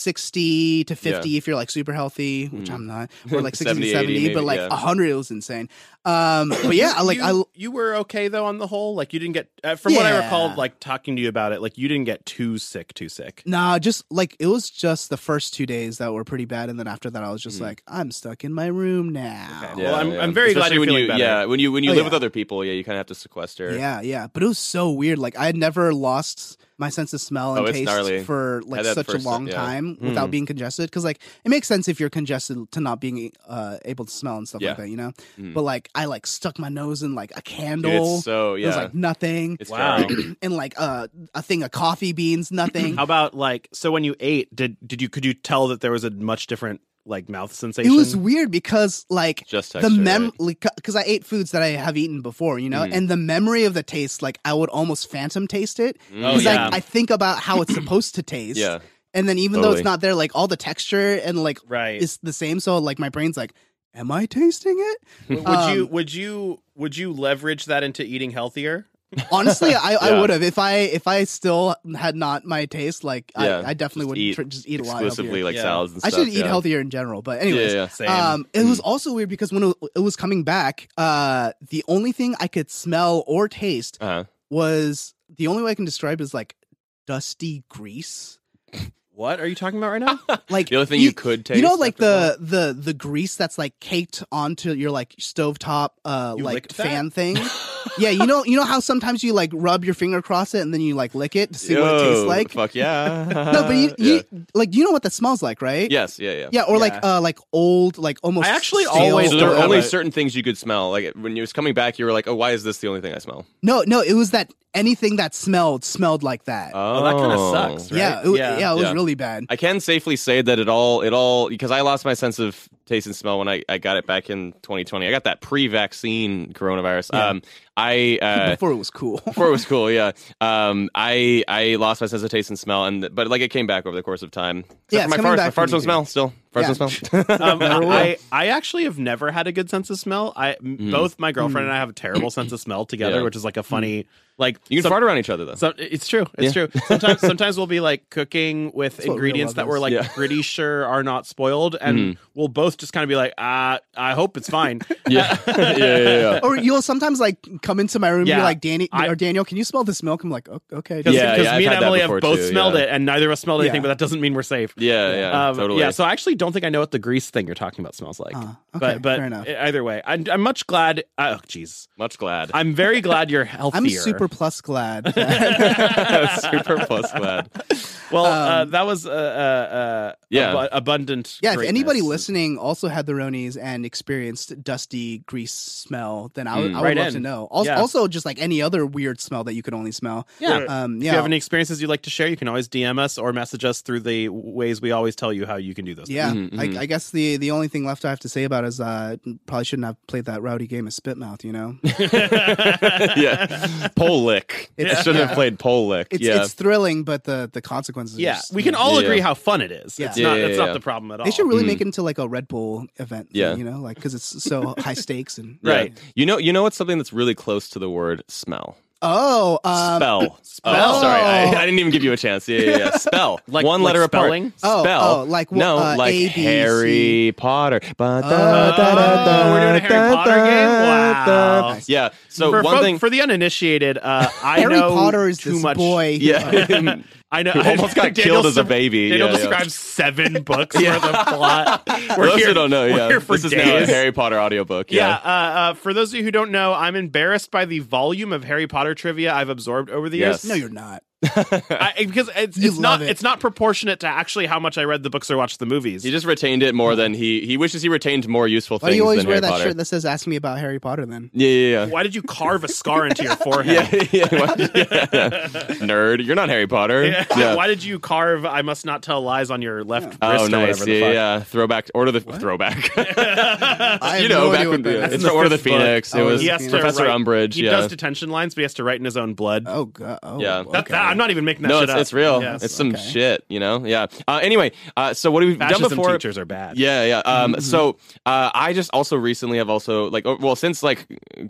Speaker 4: 60 to 50 if you're like super healthy, which
Speaker 2: Mm.
Speaker 4: I'm
Speaker 2: *laughs*
Speaker 4: not, or like 60
Speaker 2: 70,
Speaker 4: to 70,
Speaker 2: 80
Speaker 4: but
Speaker 2: maybe,
Speaker 4: like
Speaker 2: yeah.
Speaker 4: 100 it was insane. Um, but yeah, I like
Speaker 3: you,
Speaker 4: I
Speaker 3: you were okay though on the whole. Like you didn't get uh, from what I
Speaker 4: Yeah.
Speaker 3: recall, like talking to you about it. Like you didn't get too sick, too sick.
Speaker 4: Nah, just like it was just the first two days that were pretty bad, and then after that, I was just
Speaker 2: Mm.
Speaker 4: like, I'm stuck in my room now.
Speaker 3: Okay. Well, I'm- I'm very glad
Speaker 2: Especially
Speaker 3: you're
Speaker 2: when
Speaker 3: feeling
Speaker 2: you,
Speaker 3: better.
Speaker 2: Yeah, when you when you
Speaker 4: Oh,
Speaker 2: live
Speaker 4: yeah.
Speaker 2: with other people, yeah, you kind of have to sequester.
Speaker 4: Yeah, yeah. But it was so weird. Like I had never lost my sense of smell and
Speaker 2: Oh, it's
Speaker 4: taste
Speaker 2: gnarly.
Speaker 4: for like
Speaker 2: Had that
Speaker 4: such a
Speaker 2: first- uh,
Speaker 4: long
Speaker 2: yeah.
Speaker 4: time without
Speaker 3: Mm.
Speaker 4: being congested. Because like it makes sense if you're congested to not being uh, able to smell and stuff
Speaker 2: Yeah.
Speaker 4: like that, you know.
Speaker 2: Mm.
Speaker 4: But like I like stuck my nose in like a
Speaker 2: Dude,
Speaker 4: candle.
Speaker 2: it's so
Speaker 4: It was
Speaker 2: yeah.
Speaker 4: like nothing,
Speaker 2: it's
Speaker 3: Wow.
Speaker 2: terrible.
Speaker 4: *clears throat* and like uh, a thing of coffee beans, nothing.
Speaker 2: *clears throat*
Speaker 3: How about like so when you ate, did did you could you tell that there was a much different like mouth
Speaker 4: it
Speaker 3: sensation?
Speaker 4: was weird because like
Speaker 2: just texture,
Speaker 4: the mem
Speaker 2: right?
Speaker 4: because I ate foods that I have eaten before, you know,
Speaker 2: Mhm.
Speaker 4: and the memory of the taste, like I would almost phantom taste it
Speaker 2: Oh,
Speaker 4: because
Speaker 3: yeah.
Speaker 4: like, I think about how it's supposed to taste,
Speaker 2: *clears throat* Yeah,
Speaker 4: and then even though
Speaker 2: Totally.
Speaker 4: it's not there, like all the texture and like
Speaker 3: right.
Speaker 4: it's the same, so like my brain's like, am I tasting it?
Speaker 3: W- would you
Speaker 4: um,
Speaker 3: would you would you leverage that into eating healthier?
Speaker 4: Honestly,
Speaker 2: *laughs*
Speaker 4: I, I
Speaker 2: Yeah.
Speaker 4: would have if I if I still had not my taste, like
Speaker 2: Yeah,
Speaker 4: I, I definitely
Speaker 2: just
Speaker 4: would
Speaker 2: eat
Speaker 4: tr- just eat a lot
Speaker 2: exclusively
Speaker 4: healthier.
Speaker 2: like
Speaker 3: Yeah.
Speaker 2: salads and
Speaker 4: I
Speaker 2: stuff.
Speaker 4: should eat
Speaker 2: yeah.
Speaker 4: healthier in general, but
Speaker 2: Yeah,
Speaker 4: anyways,
Speaker 2: yeah. Mm-hmm.
Speaker 3: Same.
Speaker 4: Um, it was also weird because when it- it was coming back, uh, the only thing I could smell or taste
Speaker 2: Uh-huh.
Speaker 4: was the only way I can describe is like dusty grease.
Speaker 3: what are you talking about right now?
Speaker 4: Like
Speaker 2: The only thing you, could taste,
Speaker 4: you know, like
Speaker 2: after
Speaker 4: the the the grease that's like caked onto your like stovetop, uh,
Speaker 3: You
Speaker 4: like
Speaker 3: licked that?
Speaker 4: fan
Speaker 3: *laughs*
Speaker 4: thing. yeah, you know, you know how sometimes you like rub your finger across it and then you like lick it to see
Speaker 2: that?
Speaker 4: what it tastes
Speaker 2: Yo,
Speaker 4: like.
Speaker 2: Fuck yeah.
Speaker 4: *laughs* No, but you,
Speaker 2: yeah.
Speaker 4: you like you know what that smells like, right?
Speaker 2: yes, yeah, yeah.
Speaker 4: Yeah, or like
Speaker 3: Yeah.
Speaker 4: uh, like old, like almost.
Speaker 3: I actually
Speaker 4: stale
Speaker 3: always
Speaker 2: So there were
Speaker 3: don't have
Speaker 2: only
Speaker 3: a-
Speaker 2: certain things you could smell. Like when you was coming back, you were like, "Oh, why is this the only thing I smell?"
Speaker 4: No, no, it was that anything that smelled smelled like that.
Speaker 2: Oh,
Speaker 3: that kinda sucks, right?
Speaker 4: Yeah, it, w-
Speaker 3: Yeah.
Speaker 4: yeah, it was
Speaker 2: Yeah.
Speaker 4: really bad.
Speaker 2: I can safely say that it all, it all, because I lost my sense of taste and smell when I, I got it back in 2020. I got that pre-vaccine coronavirus. Um, I
Speaker 4: *laughs*
Speaker 2: uh,
Speaker 4: Before it was cool.
Speaker 2: before it was cool, yeah. Um, I I lost my sense of taste and smell, and but like it came back over the course of time. Except
Speaker 4: Yeah,
Speaker 2: for
Speaker 4: it's
Speaker 2: my
Speaker 4: coming
Speaker 2: farts.
Speaker 4: back
Speaker 2: My
Speaker 4: for
Speaker 2: farts
Speaker 4: me
Speaker 2: don't
Speaker 4: too.
Speaker 2: smell still. Farts
Speaker 4: Yeah. *laughs*
Speaker 2: don't smell.
Speaker 3: um,
Speaker 4: Never will.
Speaker 3: I I actually have never had a good sense of smell. I m- both my girlfriend
Speaker 4: Mm.
Speaker 3: and I have a terrible sense of smell together,
Speaker 2: Mm. Yeah.
Speaker 3: which is like a funny like
Speaker 2: you can
Speaker 3: some-
Speaker 2: fart around each
Speaker 4: *laughs*
Speaker 2: other though.
Speaker 3: So it's true.
Speaker 2: *laughs*
Speaker 3: It's true. Sometimes sometimes we'll be like cooking with
Speaker 4: what real
Speaker 3: ingredients
Speaker 4: love
Speaker 3: that we're
Speaker 4: is.
Speaker 3: like
Speaker 2: Yeah. Mm.
Speaker 3: pretty sure are not spoiled, and we'll both almost just kind of be like, uh, I hope it's fine.
Speaker 2: *laughs*
Speaker 3: *laughs*
Speaker 2: yeah. yeah, yeah, yeah.
Speaker 4: Or you'll sometimes like come into my room and
Speaker 3: Yeah.
Speaker 4: be like, Danny
Speaker 3: I-
Speaker 4: or Daniel, can you smell this milk? I'm like, "O- okay.
Speaker 3: Because
Speaker 2: Yeah, yeah, I've
Speaker 3: me and
Speaker 2: had that
Speaker 3: Emily have
Speaker 2: before
Speaker 3: both
Speaker 2: too,
Speaker 3: smelled
Speaker 2: yeah.
Speaker 3: it, and neither of us smelled anything,
Speaker 4: Yeah.
Speaker 3: but that doesn't mean we're safe.
Speaker 2: Yeah, yeah,
Speaker 3: Um,
Speaker 2: totally.
Speaker 3: Yeah, so I actually don't think I know what the grease thing you're talking about smells like.
Speaker 4: Ah, okay,
Speaker 3: but but e-,
Speaker 4: fair enough.
Speaker 3: either way, I'm, I'm much glad. Oh, jeez.
Speaker 4: *laughs*
Speaker 2: Much glad. *laughs*
Speaker 3: I'm very glad you're healthier.
Speaker 4: I'm super plus
Speaker 3: *laughs*
Speaker 4: glad. that-
Speaker 2: Super plus
Speaker 4: *laughs*
Speaker 2: glad.
Speaker 3: Well, uh, that was uh, uh, uh,
Speaker 2: Yeah.
Speaker 3: abu-
Speaker 4: um,
Speaker 3: abundant.
Speaker 4: yeah, if anybody
Speaker 3: greatness.
Speaker 4: listening also had the Ronies and experienced dusty grease smell, then I would,
Speaker 2: Mm.
Speaker 4: I would
Speaker 3: Right
Speaker 4: love
Speaker 3: in.
Speaker 4: to know. Also,
Speaker 3: Yeah.
Speaker 4: also, just like any other weird smell that you could only smell.
Speaker 3: Yeah.
Speaker 4: Um,
Speaker 3: If you
Speaker 4: yeah.
Speaker 3: have any experiences you'd like to share, you can always DM us or message us through the ways we always tell you how you can do those.
Speaker 4: yeah,
Speaker 2: Mhm, mhm.
Speaker 3: mm-hmm.
Speaker 4: I, I guess the the only thing left I have to say about it is uh, probably shouldn't have played that rowdy game of Spitmouth. You
Speaker 3: *laughs*
Speaker 4: know,
Speaker 2: yeah. Pole lick. I
Speaker 4: It's-
Speaker 2: shouldn't
Speaker 4: yeah.
Speaker 2: have played pole lick.
Speaker 4: it's
Speaker 2: yeah.
Speaker 4: it's thrilling, but the the consequences. are
Speaker 3: Yeah,
Speaker 4: just-
Speaker 3: we can all
Speaker 2: Yeah.
Speaker 3: agree how fun it is.
Speaker 4: Yeah.
Speaker 3: It's
Speaker 2: Yeah,
Speaker 3: not.
Speaker 2: yeah,
Speaker 3: It's
Speaker 2: yeah.
Speaker 3: not the problem at all.
Speaker 4: They should really
Speaker 2: Mm.
Speaker 4: make it into like a Red Bull event. thing,
Speaker 2: Yeah.
Speaker 4: you know, like because it's so high stakes
Speaker 3: *laughs*
Speaker 4: and
Speaker 2: right.
Speaker 4: Yeah.
Speaker 2: You know, you know what's something that's really close to the word smell?
Speaker 4: Oh, um,
Speaker 2: spell.
Speaker 3: Uh, Spell.
Speaker 2: Oh, sorry, I, I didn't even give you a chance. Yeah, yeah,
Speaker 3: *laughs*
Speaker 2: yeah. Spell.
Speaker 3: Like-
Speaker 2: one
Speaker 3: like
Speaker 2: letter
Speaker 3: spelling?
Speaker 4: Oh,
Speaker 2: apart. Spell.
Speaker 4: oh, like wh-
Speaker 2: no,
Speaker 4: uh,
Speaker 2: like
Speaker 4: A, B, C.
Speaker 2: Harry Potter. Ba- da-
Speaker 4: Oh,
Speaker 2: da- da- da-
Speaker 3: we're doing a Harry
Speaker 2: da-
Speaker 3: Potter
Speaker 2: da-
Speaker 3: game?
Speaker 2: da-
Speaker 3: Wow.
Speaker 2: Nice. Yeah. So
Speaker 3: for,
Speaker 2: one
Speaker 3: folk-
Speaker 2: thing.
Speaker 3: for the
Speaker 4: *laughs*
Speaker 3: uninitiated, uh, I
Speaker 4: Harry
Speaker 3: know
Speaker 4: Potter is
Speaker 3: too
Speaker 4: this
Speaker 3: much.
Speaker 4: boy.
Speaker 3: *laughs*
Speaker 2: yeah. *laughs*
Speaker 3: I know. *laughs*
Speaker 2: Who almost got
Speaker 3: Daniel
Speaker 2: killed as a
Speaker 3: descri-
Speaker 2: baby.
Speaker 3: Daniel
Speaker 2: Yeah, yeah. *laughs*
Speaker 3: describes seven books worth of plot.
Speaker 2: For *laughs* those
Speaker 3: here-
Speaker 2: who don't know,
Speaker 3: we're
Speaker 2: yeah,
Speaker 3: here for
Speaker 2: this is now a
Speaker 3: days.
Speaker 2: Harry Potter audiobook.
Speaker 3: Yeah.
Speaker 2: Yeah.
Speaker 3: uh, uh, for those of you who don't know, I'm embarrassed by the volume of Harry Potter trivia I've absorbed over the
Speaker 2: Yes.
Speaker 3: years.
Speaker 4: No, you're not.
Speaker 3: I, because it's,
Speaker 4: You
Speaker 3: it's not
Speaker 4: love it.
Speaker 3: it's not proportionate to actually how much I read the books or watched the movies.
Speaker 2: He just retained it more than he he wishes he retained more useful
Speaker 4: Why
Speaker 2: things
Speaker 4: do you always
Speaker 2: than
Speaker 4: wear
Speaker 2: Harry
Speaker 4: that
Speaker 2: Potter.
Speaker 4: shirt that says "Ask me about Harry Potter"?
Speaker 2: *laughs*
Speaker 4: Then
Speaker 2: yeah, yeah, yeah.
Speaker 3: Why did you carve a scar
Speaker 4: *laughs*
Speaker 3: into your forehead?
Speaker 2: Yeah, yeah, yeah. Nerd, you're not Harry Potter.
Speaker 3: *laughs* *laughs* Yeah.
Speaker 2: Yeah.
Speaker 3: Why did you carve "I must not tell lies" on your left wrist?
Speaker 2: Oh,
Speaker 3: or
Speaker 2: nice.
Speaker 3: whatever the
Speaker 2: Yeah,
Speaker 3: fuck?
Speaker 2: yeah. Throwback. Order the
Speaker 3: *laughs*
Speaker 2: throwback.
Speaker 4: I have
Speaker 2: *laughs* you know,
Speaker 4: no
Speaker 2: back
Speaker 4: idea what that
Speaker 2: when the,
Speaker 4: is.
Speaker 2: it's
Speaker 3: the
Speaker 2: the Order of the
Speaker 3: fifth book.
Speaker 2: Phoenix. It
Speaker 4: Oh,
Speaker 2: was
Speaker 4: he
Speaker 3: has to
Speaker 2: Professor
Speaker 3: write-
Speaker 2: Umbridge.
Speaker 3: He
Speaker 2: yeah.
Speaker 3: does detention lines, but he has to write in his own blood.
Speaker 4: Oh god. Oh,
Speaker 2: Yeah. That-
Speaker 3: That- that- I'm not even making that
Speaker 2: no,
Speaker 3: shit
Speaker 2: it's,
Speaker 3: up.
Speaker 2: it's real.
Speaker 3: Yeah.
Speaker 2: It's some
Speaker 4: okay.
Speaker 2: shit, you know. Yeah. Uh, anyway, uh, so what have we
Speaker 3: Fascism Mm-hmm.
Speaker 2: done before?
Speaker 3: teachers are bad.
Speaker 2: Yeah, yeah. Um, So uh, I just also recently have also like oh, well since like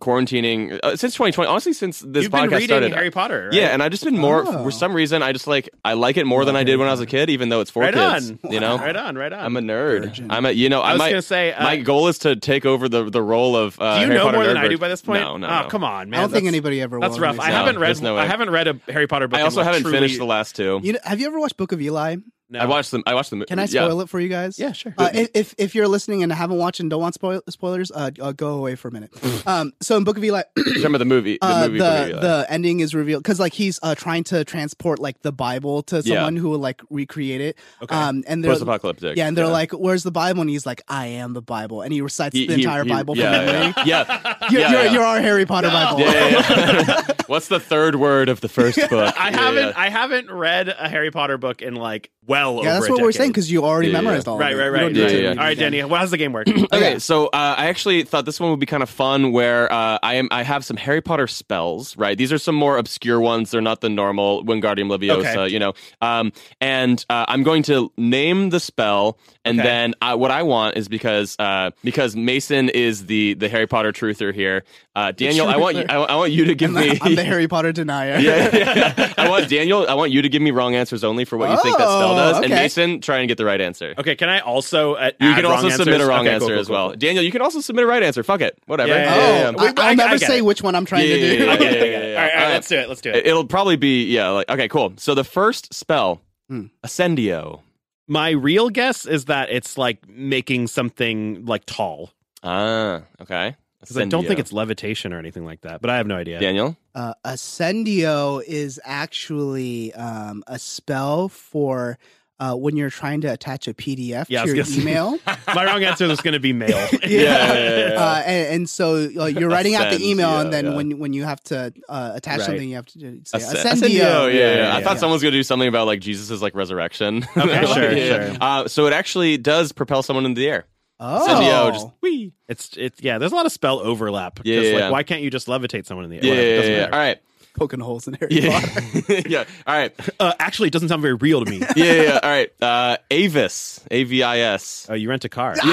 Speaker 2: quarantining uh, since 2020, honestly since this
Speaker 3: You've been
Speaker 2: podcast
Speaker 3: reading
Speaker 2: started.
Speaker 3: Harry Potter. Right?
Speaker 2: Yeah, and I've just been more
Speaker 4: Oh.
Speaker 2: for some reason. I just like I like it more than I did when I was a kid, even though it's for
Speaker 3: right
Speaker 2: kids.
Speaker 3: on.
Speaker 2: You know,
Speaker 3: *laughs* right on, right on.
Speaker 2: I'm a nerd.
Speaker 4: Virgin.
Speaker 2: I'm a you know. I,
Speaker 3: I was
Speaker 2: might,
Speaker 3: gonna say, uh,
Speaker 2: my goal is to take over the the role of. Uh,
Speaker 3: Do you
Speaker 2: Harry
Speaker 3: know
Speaker 2: Potter
Speaker 3: more than
Speaker 2: nerd
Speaker 3: I do
Speaker 2: bird.
Speaker 3: by this point?
Speaker 2: No, no.
Speaker 3: Oh,
Speaker 2: no.
Speaker 3: come on, man.
Speaker 4: I don't think
Speaker 3: That's-
Speaker 4: anybody ever.
Speaker 3: That's
Speaker 4: will.
Speaker 3: rough. I
Speaker 4: No.
Speaker 3: haven't read.
Speaker 2: there's no way.
Speaker 3: I haven't read a Harry Potter book.
Speaker 2: I
Speaker 3: in,
Speaker 2: also
Speaker 3: like,
Speaker 2: haven't
Speaker 3: truly-
Speaker 2: finished the last two.
Speaker 4: You know, have you ever watched Book of Eli?
Speaker 3: No.
Speaker 2: I watched them. I watched them.
Speaker 4: Can I spoil it for you guys?
Speaker 3: Yeah, sure.
Speaker 4: Uh, if- if if you're listening and haven't watched and don't want spoil- spoilers, uh, uh, go away for a
Speaker 2: *laughs*
Speaker 4: minute. um, so in Book of Eli,
Speaker 2: Remember the movie? The
Speaker 4: uh,
Speaker 2: movie.
Speaker 4: the
Speaker 2: movie, uh,
Speaker 4: the ending is revealed because like he's uh, trying to transport like the Bible to
Speaker 2: Yeah.
Speaker 4: someone who will like recreate it.
Speaker 3: Okay.
Speaker 4: Um, and they're
Speaker 2: post-apocalyptic.
Speaker 4: yeah, and they're like, "Where's the Bible?" And he's like, "I am the Bible," and he recites
Speaker 2: He-
Speaker 4: the
Speaker 2: he-
Speaker 4: entire
Speaker 2: he-
Speaker 4: Bible
Speaker 2: yeah,
Speaker 4: from memory.
Speaker 2: yeah, yeah.
Speaker 4: *laughs* You're,
Speaker 2: Yeah,
Speaker 4: you're,
Speaker 2: yeah.
Speaker 4: you're our Harry Potter Bible.
Speaker 2: Yeah, yeah, yeah. *laughs*
Speaker 4: *laughs*
Speaker 2: What's the third word of the uh, first book?
Speaker 3: I
Speaker 2: Yeah,
Speaker 3: haven't.
Speaker 2: yeah.
Speaker 3: I haven't read a Harry Potter book in like well over.
Speaker 4: Yeah, that's
Speaker 3: a
Speaker 4: what we're
Speaker 3: decade.
Speaker 4: saying because you already
Speaker 2: Yeah, yeah.
Speaker 4: memorized all.
Speaker 3: Right,
Speaker 4: of it.
Speaker 3: right,
Speaker 4: You
Speaker 3: right.
Speaker 4: don't need
Speaker 2: Yeah,
Speaker 4: to
Speaker 2: yeah.
Speaker 4: read
Speaker 3: All right,
Speaker 4: again.
Speaker 3: Danny. Well, how's the
Speaker 2: *clears throat*
Speaker 3: game work?
Speaker 2: Okay,
Speaker 4: Oh, Yeah.
Speaker 2: so uh, I actually thought this one would be kind of fun. Where uh, I am, I have some Harry Potter spells. Right, these are some more obscure ones. They're not the normal Wingardium Leviosa,
Speaker 3: Okay.
Speaker 2: you know. Um, and uh, I'm going to name the spell, and
Speaker 3: Okay.
Speaker 2: then uh, what I want is because uh, because Mason is the the Harry Potter truther here. Uh, Daniel, I want you, I, I want you to give
Speaker 4: *laughs* I'm
Speaker 2: me
Speaker 4: the,
Speaker 2: *laughs*
Speaker 3: *laughs*
Speaker 4: I'm the Harry Potter denier.
Speaker 2: yeah, yeah. I want Daniel. I want you to give me wrong answers only for what you think that spell
Speaker 4: Oh,
Speaker 2: does, and
Speaker 4: okay.
Speaker 2: Mason try and get the right answer.
Speaker 3: Okay. Can I also? Uh,
Speaker 2: You
Speaker 3: add
Speaker 2: can also
Speaker 3: wrong
Speaker 2: submit
Speaker 3: answers?
Speaker 2: a wrong
Speaker 3: Okay, cool,
Speaker 2: answer
Speaker 3: cool,
Speaker 2: as
Speaker 3: cool,
Speaker 2: well.
Speaker 3: *laughs* cool.
Speaker 2: Daniel, you can also submit a right answer. Fuck it, whatever.
Speaker 3: Yeah,
Speaker 4: *laughs*
Speaker 3: yeah,
Speaker 4: Oh,
Speaker 3: yeah, yeah.
Speaker 4: I,
Speaker 3: Wait, I-
Speaker 4: will
Speaker 3: I
Speaker 4: never
Speaker 3: get
Speaker 4: say
Speaker 3: it.
Speaker 4: which one I'm trying
Speaker 2: Yeah,
Speaker 4: to do.
Speaker 2: yeah,
Speaker 3: I
Speaker 2: yeah,
Speaker 3: get
Speaker 2: yeah,
Speaker 3: it, I get
Speaker 2: yeah,
Speaker 3: it.
Speaker 2: yeah.
Speaker 3: All right, all right,
Speaker 2: Uh,
Speaker 3: let's do it. Let's do it.
Speaker 2: It- It'll probably be yeah. Like okay, cool. So the first spell,
Speaker 4: Hmm.
Speaker 2: ascendio.
Speaker 3: My real guess is that it's like making something like tall.
Speaker 2: Ah, okay.
Speaker 3: Because I don't
Speaker 2: Ascendio.
Speaker 3: think it's levitation or anything like that, but I have no idea.
Speaker 2: Daniel.
Speaker 4: *laughs* Uh, Ascendio is actually um, a spell for uh, when you're trying to attach a PDF
Speaker 3: *laughs* Yeah, I
Speaker 4: to your
Speaker 3: was gonna say-
Speaker 4: email.
Speaker 3: My wrong answer was going to be
Speaker 2: *laughs*
Speaker 3: male.
Speaker 2: Yeah, yeah, yeah, yeah.
Speaker 4: Uh, and, and so uh, you're writing out the email, and then
Speaker 2: Ascendio,
Speaker 4: when when you have to uh, attach
Speaker 3: Right.
Speaker 4: something, you have to do- say
Speaker 2: Asc-
Speaker 4: Ascendio.
Speaker 2: Ascendio, Yeah, yeah,
Speaker 3: Oh, yeah,
Speaker 2: I thought
Speaker 4: yeah.
Speaker 2: someone was gonna do something about like Jesus' like resurrection.
Speaker 3: Okay,
Speaker 2: *laughs* Like,
Speaker 3: sure,
Speaker 2: yeah.
Speaker 3: sure.
Speaker 2: Uh, so it actually does propel someone into the air.
Speaker 4: Oh,
Speaker 2: Ascendio, just wee.
Speaker 3: It's it's yeah. There's a lot of spell overlap. 'Cause,
Speaker 2: Yeah, yeah,
Speaker 3: like,
Speaker 2: yeah.
Speaker 3: Why can't you just levitate someone in the air?
Speaker 2: Yeah,
Speaker 3: Whatever, it
Speaker 2: yeah,
Speaker 3: doesn't
Speaker 2: yeah.
Speaker 3: matter.
Speaker 2: All right. *laughs*
Speaker 4: poking holes in Harry Potter.
Speaker 2: Yeah, yeah. *laughs* All right.
Speaker 3: Uh, actually, it doesn't sound very real to me.
Speaker 2: *laughs* Yeah, yeah, yeah. All right. Uh, Avis, A V I S. *laughs*
Speaker 3: *laughs* oh, you rent a car.
Speaker 4: That's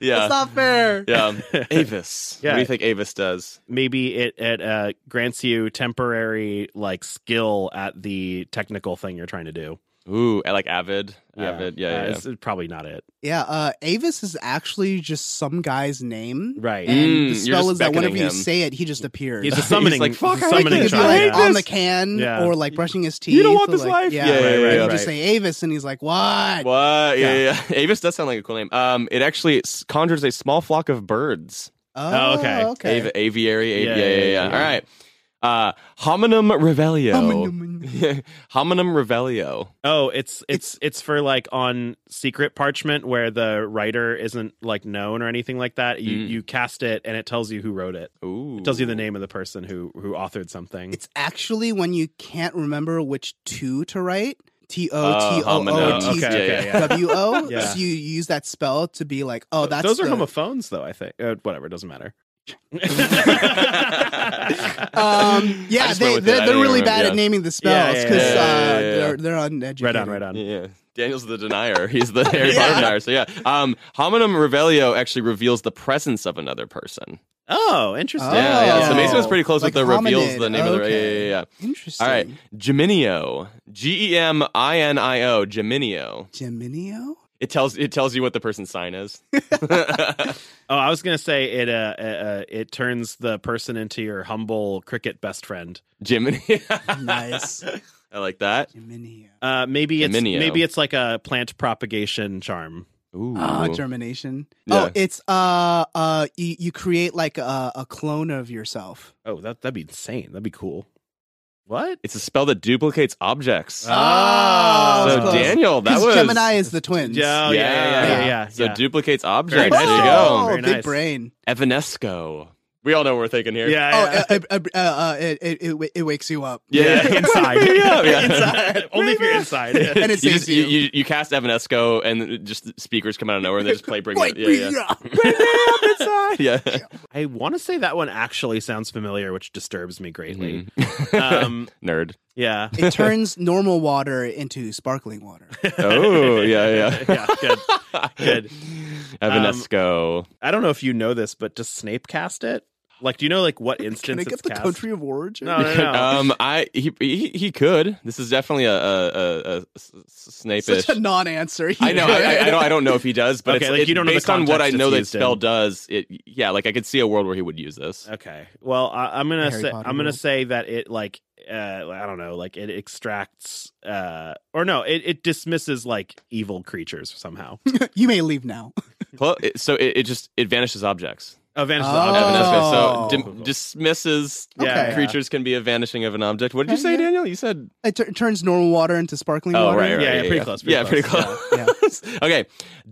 Speaker 2: Yeah,
Speaker 4: not fair.
Speaker 3: *laughs*
Speaker 2: yeah. Avis. What
Speaker 3: Yeah.
Speaker 2: do you think Avis does?
Speaker 3: *laughs* Maybe it it uh, grants you temporary like skill at the technical thing you're trying to do.
Speaker 2: Ooh, I like Avid.
Speaker 3: Yeah.
Speaker 2: Avid.
Speaker 3: Uh,
Speaker 2: Yeah, yeah. *laughs*
Speaker 3: it's probably not it.
Speaker 4: Yeah, uh, Avis is actually just some guy's name.
Speaker 3: Right.
Speaker 4: And
Speaker 2: Mm,
Speaker 4: the
Speaker 2: you're
Speaker 4: spell
Speaker 2: just
Speaker 4: is that whenever
Speaker 2: beckoning
Speaker 4: you
Speaker 2: him.
Speaker 4: say it, he just appears.
Speaker 3: He's a
Speaker 4: He *laughs*
Speaker 3: summoning.
Speaker 2: like, "Fuck,
Speaker 3: he's a
Speaker 2: I hate
Speaker 3: summoning
Speaker 4: could be
Speaker 2: child,
Speaker 4: like
Speaker 2: yeah.
Speaker 4: on the can
Speaker 3: Yeah.
Speaker 4: or like brushing his teeth.
Speaker 2: You don't want
Speaker 4: or,
Speaker 2: this
Speaker 4: like-
Speaker 2: life?
Speaker 4: Yeah,
Speaker 2: Yeah,
Speaker 3: yeah,
Speaker 4: And
Speaker 3: yeah,
Speaker 4: you
Speaker 3: yeah.
Speaker 4: just say Avis, and he's like, "What?"
Speaker 2: What? Yeah,
Speaker 3: Yeah.
Speaker 2: yeah. yeah. Avis does sound like a cool name. Um, it actually s- conjures a small flock of birds.
Speaker 4: Oh,
Speaker 3: okay.
Speaker 4: okay.
Speaker 2: Av- aviary. Av-
Speaker 3: Yeah,
Speaker 2: yeah, yeah,
Speaker 3: yeah,
Speaker 2: yeah,
Speaker 3: yeah.
Speaker 2: All right. Uh, hominum revelio.
Speaker 4: Hominum.
Speaker 2: *laughs* hominum revelio.
Speaker 3: Oh, it's it's it's for like on secret parchment where the writer isn't like known or anything like that. You
Speaker 2: Mm.
Speaker 3: you cast it and it tells you who wrote it.
Speaker 2: Ooh.
Speaker 3: It tells you the name of the person who who authored something.
Speaker 4: It's actually when you can't remember which two to write. T O
Speaker 2: Uh,
Speaker 4: T O
Speaker 2: homonym.
Speaker 4: O T
Speaker 3: Oh, Okay, okay, yeah.
Speaker 4: W
Speaker 2: *laughs*
Speaker 4: O.
Speaker 3: Yeah.
Speaker 4: So you use that spell to be like, oh, that's
Speaker 3: Those are
Speaker 4: the-
Speaker 3: homophones though, I think. Uh, whatever, it doesn't
Speaker 4: *laughs*
Speaker 3: matter.
Speaker 4: Um,
Speaker 2: *laughs* I
Speaker 4: yeah, they,
Speaker 2: just went with it. I
Speaker 4: they're, they're
Speaker 2: didn't
Speaker 4: really
Speaker 2: remember,
Speaker 4: bad
Speaker 2: yeah.
Speaker 4: at naming the spells
Speaker 3: yeah,
Speaker 4: because
Speaker 2: yeah, yeah,
Speaker 4: uh,
Speaker 2: yeah.
Speaker 4: they're they're uneducated.
Speaker 3: right on, right on.
Speaker 2: Yeah. Daniel's the denier.
Speaker 3: *laughs*
Speaker 2: He's the Harry
Speaker 4: Yeah.
Speaker 2: Potter denier. So yeah. Um, hominum revelio actually reveals the presence of another person.
Speaker 3: Oh, interesting.
Speaker 2: Yeah, yeah. So
Speaker 4: Oh.
Speaker 2: Mason was pretty close
Speaker 4: Like
Speaker 2: with the reveals
Speaker 4: hominid.
Speaker 2: the name of the yeah,
Speaker 4: Okay.
Speaker 2: yeah, yeah.
Speaker 4: Interesting.
Speaker 2: All right, Geminio, G E M I N I O, Geminio.
Speaker 4: Geminio.
Speaker 2: It tells it tells you what the person's sign is. *laughs*
Speaker 3: Oh, I was gonna say it. Uh, uh, uh, it turns the person into your humble cricket best friend.
Speaker 2: Geminio.
Speaker 4: Nice.
Speaker 2: *laughs* I like that.
Speaker 4: Geminio.
Speaker 3: Uh, maybe it's
Speaker 2: Dominio.
Speaker 3: maybe it's like a plant propagation charm.
Speaker 2: Ooh.
Speaker 4: Ah, germination.
Speaker 2: Yeah.
Speaker 4: Oh, it's uh uh you, you create like a, a clone of yourself.
Speaker 3: Oh, that that'd be insane. That'd be cool. What?
Speaker 2: it's a spell that duplicates objects.
Speaker 3: Ah,
Speaker 4: Oh,
Speaker 3: that
Speaker 2: so
Speaker 3: was close.
Speaker 2: Daniel, that
Speaker 4: 'Cause
Speaker 2: was
Speaker 4: Gemini is the twins.
Speaker 3: Yeah, oh, yeah, yeah, yeah, yeah.
Speaker 4: Yeah.
Speaker 3: yeah.
Speaker 2: So
Speaker 3: yeah.
Speaker 2: duplicates
Speaker 3: Very
Speaker 2: objects.
Speaker 3: nice,
Speaker 2: There you
Speaker 3: Daniel.
Speaker 2: go.
Speaker 4: Oh,
Speaker 3: Very
Speaker 4: big
Speaker 3: nice.
Speaker 4: brain.
Speaker 2: Evanesco. We all know what we're thinking here.
Speaker 3: yeah,
Speaker 4: Oh,
Speaker 3: yeah.
Speaker 4: uh, uh, uh, uh, uh, it, it, it, wa- it wakes you up.
Speaker 2: Yeah, yeah.
Speaker 3: inside.
Speaker 2: *laughs* Yeah, yeah.
Speaker 3: inside. Only if
Speaker 4: *laughs*
Speaker 3: you're inside.
Speaker 4: And it
Speaker 2: *laughs* You,
Speaker 4: saves
Speaker 2: just, you, you you cast Evanesco and just speakers come out of nowhere. They
Speaker 4: *laughs*
Speaker 2: just play Bring
Speaker 4: *laughs*
Speaker 2: It.
Speaker 4: Wake
Speaker 2: Yeah,
Speaker 4: me
Speaker 2: yeah.
Speaker 4: up.
Speaker 2: *laughs* Yeah.
Speaker 3: I want to say that one actually sounds familiar, which disturbs me greatly.
Speaker 2: Mhm.
Speaker 3: Um,
Speaker 2: Nerd. *laughs*
Speaker 3: yeah.
Speaker 4: It turns normal water into sparkling water.
Speaker 2: Oh, yeah, yeah.
Speaker 3: *laughs* yeah. Good. *laughs* Good. Um,
Speaker 2: Evanesco.
Speaker 3: I don't know if you know this, but does Snape cast it? Like, do you know like what instance
Speaker 4: Can I get
Speaker 3: it's
Speaker 4: the
Speaker 3: cast?
Speaker 4: country of origin?
Speaker 3: No, no, no.
Speaker 2: um, I he, he he could. This is definitely a a, a, a s- s- Snape-ish.
Speaker 4: Such a non-answer.
Speaker 2: I know. I, I- I don't. I don't know if he does, but
Speaker 3: Okay,
Speaker 2: it's,
Speaker 3: like,
Speaker 2: it-
Speaker 3: you don't know the
Speaker 2: based on what I
Speaker 3: context
Speaker 2: know
Speaker 3: it's
Speaker 2: that
Speaker 3: used
Speaker 2: spell
Speaker 3: in.
Speaker 2: does. It yeah, like I could see a world where he would use this.
Speaker 3: Okay. Well, I, I'm gonna
Speaker 4: Harry
Speaker 3: say
Speaker 4: Potter
Speaker 3: I'm gonna
Speaker 4: world.
Speaker 3: say that it like uh, I don't know, like it extracts uh, or no, it, it dismisses like evil creatures
Speaker 4: *laughs*
Speaker 3: somehow.
Speaker 4: *laughs* you may leave now.
Speaker 2: Clo- it- so it, it just it vanishes objects.
Speaker 3: Oh, vanishes
Speaker 4: Oh.
Speaker 2: Evanesco.
Speaker 3: object.
Speaker 4: Oh.
Speaker 2: So dim- dismisses
Speaker 3: Yeah,
Speaker 4: Okay.
Speaker 2: creatures can be a vanishing of an object. What did you
Speaker 4: Okay,
Speaker 2: say,
Speaker 4: yeah.
Speaker 2: Daniel? You said
Speaker 4: *laughs* It tur- turns normal water into sparkling
Speaker 2: oh
Speaker 4: water.
Speaker 2: right, right
Speaker 3: Yeah,
Speaker 2: yeah,
Speaker 3: yeah, pretty close, pretty
Speaker 2: yeah,
Speaker 3: close,
Speaker 4: yeah.
Speaker 2: pretty close. *laughs* okay,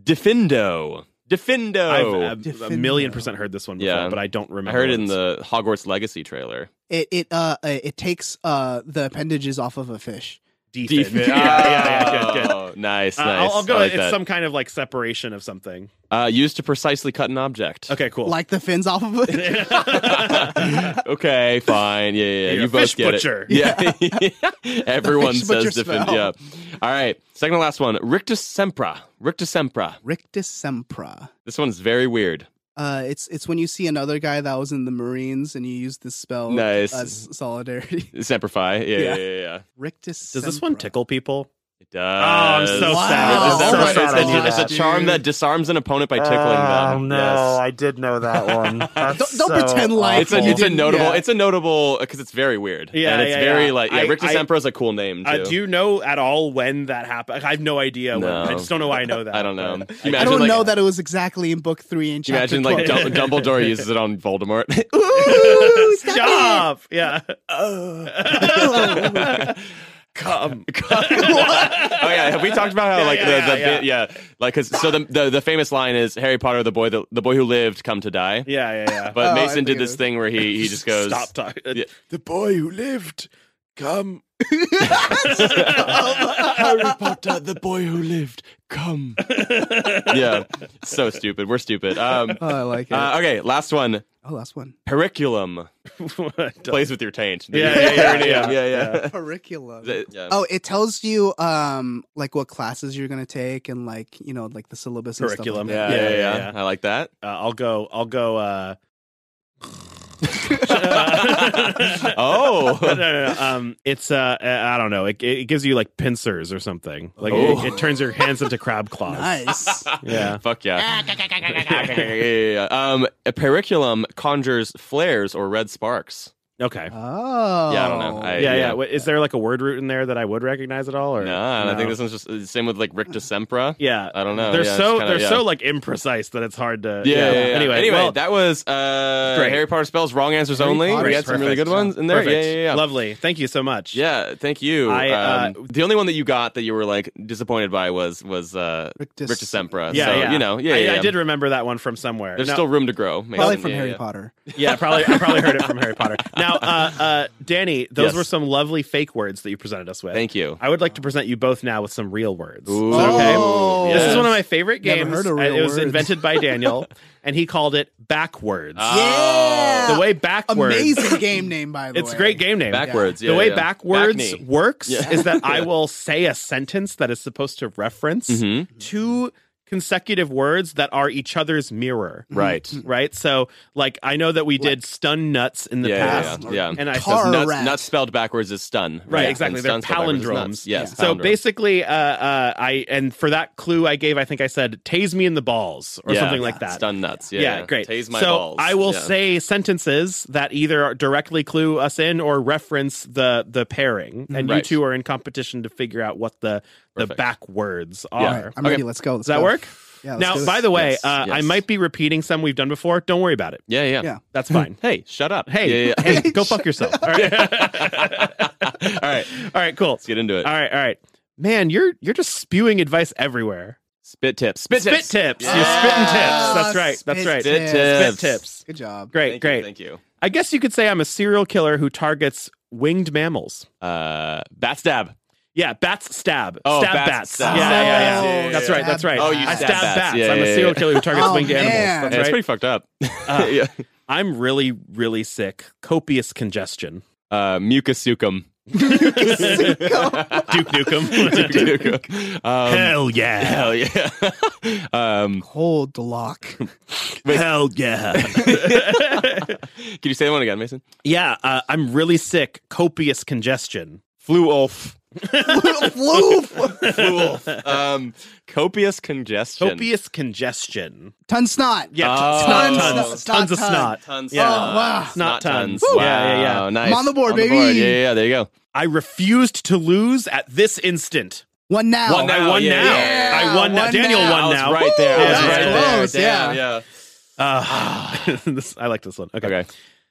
Speaker 2: Defindo.
Speaker 3: I've,
Speaker 2: Defindo.
Speaker 3: I've a million percent heard this one before,
Speaker 2: Yeah.
Speaker 3: but I don't remember.
Speaker 2: I heard
Speaker 3: what
Speaker 2: it in
Speaker 3: it's-
Speaker 2: the Hogwarts Legacy trailer.
Speaker 4: It it uh uh, it takes uh the appendages off of a fish.
Speaker 3: Defin. Yeah, Ah, yeah, yeah, good, good.
Speaker 2: *laughs* Oh, Nice,
Speaker 3: Uh,
Speaker 2: nice.
Speaker 3: I'll, I'll go.
Speaker 2: I like
Speaker 3: it's
Speaker 2: that.
Speaker 3: some kind of like separation of something.
Speaker 2: Uh, used to precisely cut an object.
Speaker 3: Okay, cool. *laughs*
Speaker 4: Like the fins off
Speaker 2: *laughs*
Speaker 4: of it.
Speaker 2: okay, fine. Yeah, yeah. yeah.
Speaker 3: You're
Speaker 2: You
Speaker 3: a
Speaker 2: both
Speaker 3: fish
Speaker 2: get
Speaker 3: butcher. *laughs*
Speaker 2: it. *laughs* Yeah. Everyone
Speaker 4: The fish
Speaker 2: says
Speaker 4: butcher
Speaker 2: different.
Speaker 4: smell.
Speaker 2: Yeah. All right. Second to last one. Rictus sempra. Rictus sempra.
Speaker 4: Rictus sempra.
Speaker 2: This one's very weird.
Speaker 4: Uh, it's it's when you see another guy that was in the Marines and you use this spell.
Speaker 2: Nice.
Speaker 4: As
Speaker 2: *laughs*
Speaker 4: solidarity.
Speaker 2: Semperfy. Yeah, yeah,
Speaker 4: Yeah.
Speaker 2: yeah. yeah, yeah.
Speaker 4: Rictus.
Speaker 3: Does this one
Speaker 4: sempra.
Speaker 3: tickle people?
Speaker 2: It does.
Speaker 3: so
Speaker 4: Wow.
Speaker 3: sad.
Speaker 2: Rictus
Speaker 4: It's so
Speaker 2: sempra.
Speaker 4: sad I
Speaker 2: It's,
Speaker 4: knew
Speaker 2: a, it's a
Speaker 4: that,
Speaker 2: charm
Speaker 4: dude.
Speaker 2: that disarms an opponent by tickling them. Yes.
Speaker 5: Oh, I did know
Speaker 2: *laughs*
Speaker 5: that one. That's
Speaker 4: Don't- don't pretend like
Speaker 2: It's a,
Speaker 4: You
Speaker 2: it's a
Speaker 4: didn't-
Speaker 2: notable.
Speaker 4: yeah.
Speaker 2: It's a notable because it's very weird.
Speaker 3: Yeah,
Speaker 2: and it's
Speaker 3: yeah,
Speaker 2: very
Speaker 3: yeah.
Speaker 2: like yeah.
Speaker 3: I-
Speaker 2: Rictus
Speaker 3: I-
Speaker 2: Sempra is a cool name too.
Speaker 3: Uh, do you know at all when that happened? I have no idea. When,
Speaker 2: No.
Speaker 3: I just don't know why I know that.
Speaker 2: I don't
Speaker 3: *laughs*
Speaker 2: know.
Speaker 3: but-
Speaker 2: You
Speaker 4: I
Speaker 2: imagine,
Speaker 4: don't
Speaker 2: like-
Speaker 4: know that it was exactly in book three and
Speaker 2: Can you
Speaker 4: chapter
Speaker 2: imagine like
Speaker 4: 12.
Speaker 2: Dum- Dumbledore uses it on Voldemort?
Speaker 4: *laughs*
Speaker 2: *laughs*
Speaker 3: *laughs*
Speaker 4: Ooh, stop
Speaker 3: Stop! Yeah.
Speaker 2: Come. oh yeah, have we talked about how
Speaker 3: Yeah,
Speaker 2: like
Speaker 3: yeah,
Speaker 2: the, the
Speaker 3: yeah,
Speaker 2: bit yeah like 'cause- so the, the the famous line is Harry Potter the boy the, the boy who lived come to die.
Speaker 3: Yeah, yeah, yeah.
Speaker 2: But
Speaker 4: Oh, I
Speaker 2: Mason
Speaker 4: think
Speaker 2: did
Speaker 4: it
Speaker 2: this
Speaker 4: is.
Speaker 2: thing where he he just goes
Speaker 3: *laughs* Stop talking. *laughs*
Speaker 2: Yeah.
Speaker 3: The boy who lived. Come.
Speaker 2: Harry Potter the boy who lived come. *laughs* yeah, so stupid. We're stupid. Um,
Speaker 4: Oh, I like it.
Speaker 2: uh, okay, last one.
Speaker 4: oh, last one.
Speaker 2: Periculum plays with your taint.
Speaker 3: Yeah, yeah, yeah,
Speaker 2: Perineum.
Speaker 3: yeah,
Speaker 2: yeah.
Speaker 4: Curriculum.
Speaker 2: yeah. yeah.
Speaker 4: Oh, it tells you um like what classes you're gonna take and like you know like the syllabus and stuff
Speaker 3: Curriculum.
Speaker 4: like
Speaker 2: Yeah,
Speaker 3: *laughs* uh,
Speaker 4: that.
Speaker 2: yeah,
Speaker 3: Yeah,
Speaker 2: yeah,
Speaker 3: yeah.
Speaker 2: I like that.
Speaker 3: Uh, I'll go. I'll go. uh
Speaker 2: oh,
Speaker 3: *laughs* no, no, no. Um, it's uh, I don't know. It, it gives you like pincers or something. Like
Speaker 2: Oh.
Speaker 3: it, it turns your hands into crab claws.
Speaker 4: *laughs* Nice.
Speaker 3: *laughs* Yeah.
Speaker 2: fuck yeah. yeah, yeah, yeah, yeah. Um, a periculum conjures flares or red sparks.
Speaker 3: Okay.
Speaker 4: Oh.
Speaker 2: Yeah, I don't know. I-
Speaker 3: yeah,
Speaker 2: yeah.
Speaker 3: yeah. Wait, Is there like a word root in there that I would recognize at all? Or
Speaker 2: no, and I think this one's just uh, same with like rictus sempra.
Speaker 3: Yeah,
Speaker 2: I don't know.
Speaker 3: They're
Speaker 2: Yeah, it's
Speaker 3: so
Speaker 2: kinda-
Speaker 3: they're
Speaker 2: yeah.
Speaker 3: so like imprecise that it's hard to.
Speaker 2: Yeah. yeah, yeah.
Speaker 3: Anyway,
Speaker 2: anyway,
Speaker 3: well,
Speaker 2: that was uh,
Speaker 3: Great.
Speaker 2: Harry Potter spells. Wrong answers only.
Speaker 4: Potter
Speaker 2: we had some really
Speaker 3: perfect.
Speaker 2: good ones in there.
Speaker 3: Perfect.
Speaker 2: Yeah, yeah, yeah.
Speaker 3: Lovely. Thank you so much.
Speaker 2: Yeah, thank you.
Speaker 3: I, uh,
Speaker 2: um, the only one that you got that you were like disappointed by was was uh,
Speaker 4: Rictus.
Speaker 2: Rictus Sempra.
Speaker 3: Yeah,
Speaker 2: so,
Speaker 3: yeah.
Speaker 2: You know, yeah,
Speaker 3: I,
Speaker 2: yeah,
Speaker 3: I
Speaker 2: yeah.
Speaker 3: did remember that one from somewhere.
Speaker 2: There's
Speaker 3: Now-
Speaker 2: still room to grow. Mason.
Speaker 4: Probably from
Speaker 2: Yeah,
Speaker 4: Harry
Speaker 2: yeah.
Speaker 3: *laughs*
Speaker 4: Potter.
Speaker 3: yeah, probably I probably heard it from
Speaker 2: *laughs*
Speaker 3: Harry Potter. Now, uh, uh, Danny, those
Speaker 2: Yes.
Speaker 3: were some lovely fake words that you presented us with.
Speaker 2: Thank you.
Speaker 3: I would like to present you both now with some real words.
Speaker 2: Ooh.
Speaker 3: Is that okay?
Speaker 4: Oh,
Speaker 3: This is
Speaker 2: yes.
Speaker 3: one of my favorite
Speaker 4: Never
Speaker 3: games.
Speaker 4: heard of
Speaker 3: and
Speaker 4: real
Speaker 3: it was
Speaker 4: words.
Speaker 3: invented
Speaker 4: *laughs*
Speaker 3: by Daniel, and he called it backwards.
Speaker 2: Ah.
Speaker 4: Yeah.
Speaker 3: the Oh, way backwards. *laughs*
Speaker 4: Amazing game name, by the way.
Speaker 3: It's a great game name.
Speaker 2: Backwards. Yeah,
Speaker 3: the way
Speaker 2: yeah.
Speaker 3: backwards
Speaker 2: Back knee. *laughs*
Speaker 3: works
Speaker 2: Yeah.
Speaker 3: is that I will say a sentence that is supposed to reference
Speaker 2: Mhm.
Speaker 3: two consecutive words that are each other's mirror.
Speaker 2: Right.
Speaker 3: Right? So, like, I know that we did stun nuts in the
Speaker 2: Yeah, yeah,
Speaker 3: past.
Speaker 2: yeah, yeah.
Speaker 3: And I
Speaker 4: Car
Speaker 3: said,
Speaker 2: Nuts,
Speaker 4: rat.
Speaker 2: nuts spelled backwards is stun.
Speaker 3: Right,
Speaker 2: Yeah,
Speaker 3: exactly.
Speaker 2: and
Speaker 3: They're
Speaker 2: stun spelled backwards is
Speaker 3: palindromes.
Speaker 2: nuts. Yes.
Speaker 3: so
Speaker 2: palindromes.
Speaker 3: basically, uh, uh, I, and for that clue I gave, I think I said, tase me in the balls or
Speaker 2: Yeah,
Speaker 3: something like that.
Speaker 2: Stun nuts. Yeah.
Speaker 3: Yeah, great.
Speaker 2: Tase my
Speaker 3: so
Speaker 2: balls.
Speaker 3: I will
Speaker 2: Yeah.
Speaker 3: say sentences that either directly clue us in or reference the the pairing,
Speaker 4: Mm-hmm.
Speaker 3: and you
Speaker 2: Right.
Speaker 3: two are in competition to figure out what the the
Speaker 2: Perfect.
Speaker 3: back words are.
Speaker 4: All right, I'm
Speaker 2: Okay.
Speaker 4: ready. Let's go. Let's
Speaker 3: Does that
Speaker 4: go.
Speaker 3: work?
Speaker 4: Yeah, let's do
Speaker 3: now,
Speaker 4: this.
Speaker 3: by the way,
Speaker 2: Yes,
Speaker 3: uh, I
Speaker 2: yes.
Speaker 3: might be repeating some we've done before. Don't worry about it.
Speaker 2: Yeah, yeah.
Speaker 4: Yeah. *laughs*
Speaker 3: That's fine.
Speaker 2: Hey, shut up.
Speaker 3: hey,
Speaker 2: Yeah, yeah,
Speaker 3: hey, go fuck yourself.
Speaker 2: *laughs*
Speaker 3: *laughs* All right,
Speaker 2: yeah. *laughs* All right.
Speaker 3: all right, cool.
Speaker 2: Let's get into it.
Speaker 3: All right, all right. Man, you're you're just spewing advice everywhere.
Speaker 2: Spit tips. Spit
Speaker 3: Spit
Speaker 2: tips.
Speaker 3: tips. You're spitting tips. That's right. That's
Speaker 4: Spit
Speaker 3: right.
Speaker 4: tips.
Speaker 2: Spit tips.
Speaker 3: Spit tips.
Speaker 4: Good job.
Speaker 3: Great,
Speaker 2: Thank
Speaker 3: great.
Speaker 2: You, thank you.
Speaker 3: I guess you could say I'm a serial killer who targets winged mammals.
Speaker 2: Uh, bat stab.
Speaker 3: Yeah, bats stab.
Speaker 2: Oh,
Speaker 3: stab
Speaker 2: bats
Speaker 3: bats.
Speaker 2: stab.
Speaker 3: Yeah, yeah, yeah,
Speaker 4: Oh,
Speaker 3: That's
Speaker 4: stab
Speaker 3: right, that's right.
Speaker 4: bats.
Speaker 2: Oh, you
Speaker 3: I
Speaker 2: stab
Speaker 3: stab
Speaker 2: bats.
Speaker 3: bats.
Speaker 2: Yeah,
Speaker 3: I'm
Speaker 2: yeah,
Speaker 3: a serial
Speaker 2: yeah.
Speaker 3: killer who targets
Speaker 4: Oh,
Speaker 3: winged
Speaker 4: man.
Speaker 3: animals.
Speaker 2: Yeah,
Speaker 3: That's
Speaker 2: It's
Speaker 3: right.
Speaker 2: pretty fucked up.
Speaker 3: Uh,
Speaker 2: *laughs* yeah.
Speaker 3: I'm really, really sick.
Speaker 2: *laughs*
Speaker 3: Copious congestion.
Speaker 2: Uh, mucasucum.
Speaker 3: *laughs* Duke
Speaker 2: *laughs*
Speaker 3: Nukem.
Speaker 2: um, *laughs*
Speaker 3: Hell yeah.
Speaker 2: hell yeah. *laughs* um,
Speaker 4: Hold the
Speaker 3: *laughs*
Speaker 4: lock. *laughs*
Speaker 3: Hell yeah.
Speaker 2: can you say that one again, Mason?
Speaker 3: *laughs* yeah, uh, I'm really sick. Copious congestion.
Speaker 2: Flew off.
Speaker 4: Floof.
Speaker 2: Flew
Speaker 3: *laughs*
Speaker 2: off. Um, copious congestion.
Speaker 3: Copious congestion.
Speaker 4: Ton snot.
Speaker 3: Yeah,
Speaker 2: Oh.
Speaker 3: snot,
Speaker 2: Tons,
Speaker 4: snot,
Speaker 3: tons, tons, of
Speaker 4: ton.
Speaker 3: snot.
Speaker 2: Tons.
Speaker 3: Yeah.
Speaker 4: Oh, wow.
Speaker 3: Snot tons.
Speaker 2: Wow.
Speaker 3: Woo. Yeah, yeah, yeah.
Speaker 2: Nice.
Speaker 4: I'm on the board, baby.
Speaker 2: Yeah, yeah, yeah. There you go.
Speaker 3: I refused to lose at this instant.
Speaker 4: One now.
Speaker 2: One now.
Speaker 3: I won
Speaker 2: yeah,
Speaker 3: now.
Speaker 2: yeah.
Speaker 3: I won now.
Speaker 4: One
Speaker 3: Daniel
Speaker 4: now.
Speaker 3: won
Speaker 2: I was
Speaker 3: now.
Speaker 2: right there. I was
Speaker 4: Woo.
Speaker 2: right there.
Speaker 4: Close,
Speaker 2: Damn, yeah.
Speaker 3: Uh, *laughs* this, I like this one. Okay.
Speaker 2: Ah. Okay.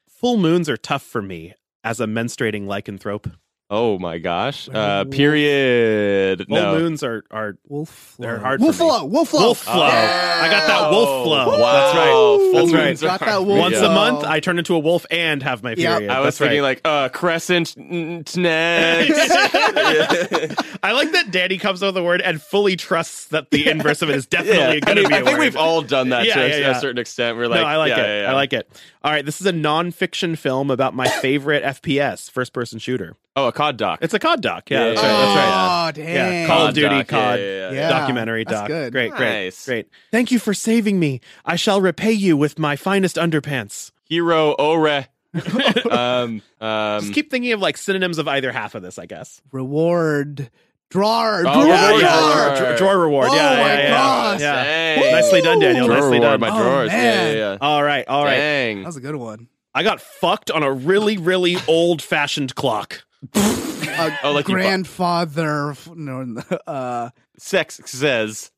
Speaker 3: Full moons are tough for me as a menstruating lycanthrope.
Speaker 2: Oh my gosh. Uh, period.
Speaker 3: Full
Speaker 2: No.
Speaker 3: moons are are
Speaker 4: Wolf flow.
Speaker 3: They're hard for
Speaker 4: Wolf
Speaker 3: me.
Speaker 4: flow. Wolf flow.
Speaker 3: wolf flow. I got that wolf flow.
Speaker 2: Oh. Wow.
Speaker 3: That's right.
Speaker 2: Full
Speaker 3: That's right.
Speaker 2: moons
Speaker 4: Got
Speaker 2: are-
Speaker 4: that wolf
Speaker 3: Once
Speaker 2: Yeah.
Speaker 4: flow.
Speaker 3: a month, I turn into a wolf and have my
Speaker 4: Yeah.
Speaker 3: period.
Speaker 2: *laughs* I was
Speaker 3: That's
Speaker 2: thinking
Speaker 3: right.
Speaker 2: like uh, crescent n- n- next. *laughs*
Speaker 3: I like that Danny comes up with a word and fully trusts
Speaker 2: *laughs*
Speaker 3: that the inverse of it is definitely
Speaker 2: I,
Speaker 3: going to
Speaker 2: mean,
Speaker 3: be a
Speaker 2: I think
Speaker 3: word.
Speaker 2: we've all done that
Speaker 3: Yeah,
Speaker 2: to a-
Speaker 3: yeah, yeah.
Speaker 2: a certain extent. We're like,
Speaker 3: no, I like
Speaker 2: yeah,
Speaker 3: it.
Speaker 2: yeah, yeah.
Speaker 3: I like it. All right, this is a nonfiction film about
Speaker 2: *laughs*
Speaker 3: my favorite FPS, first-person shooter.
Speaker 2: Oh, a cod doc.
Speaker 3: It's a COD doc. Yeah,
Speaker 2: Yeah,
Speaker 3: that's
Speaker 2: yeah,
Speaker 3: right. That's right.
Speaker 4: Oh,
Speaker 3: Yeah,
Speaker 4: damn.
Speaker 3: Call
Speaker 2: Cod
Speaker 3: of Duty
Speaker 2: doc, yeah,
Speaker 3: COD
Speaker 2: yeah, yeah.
Speaker 4: Oh, Yeah,
Speaker 3: documentary
Speaker 4: that's
Speaker 3: doc.
Speaker 4: good.
Speaker 3: Great, great,
Speaker 2: Nice.
Speaker 3: great. Thank you for saving me. I shall repay you with my finest underpants.
Speaker 2: Hero
Speaker 3: *laughs*
Speaker 2: Ore. um, um,
Speaker 3: Just keep thinking of like synonyms of either half of this, I guess.
Speaker 4: Reward. Drawer.
Speaker 2: Oh,
Speaker 4: Drawer.
Speaker 2: yeah, yeah,
Speaker 3: yeah,
Speaker 4: drawer.
Speaker 2: yeah.
Speaker 3: Draw reward.
Speaker 4: Oh
Speaker 3: yeah, yeah,
Speaker 4: my
Speaker 3: yeah,
Speaker 4: gosh.
Speaker 3: yeah.
Speaker 2: Dang.
Speaker 3: Nicely done, Daniel.
Speaker 2: Drawer
Speaker 3: Nicely
Speaker 2: reward,
Speaker 3: done.
Speaker 2: My
Speaker 4: Oh,
Speaker 2: drawers. yeah,
Speaker 4: man.
Speaker 2: yeah, yeah.
Speaker 3: All right, all right.
Speaker 2: Dang.
Speaker 4: That was a good one.
Speaker 3: I got fucked on a really, really old-fashioned clock.
Speaker 4: A
Speaker 2: Oh, like you bu-
Speaker 4: grandfather. f- No, no, uh,
Speaker 2: Sex
Speaker 3: *laughs*
Speaker 2: says.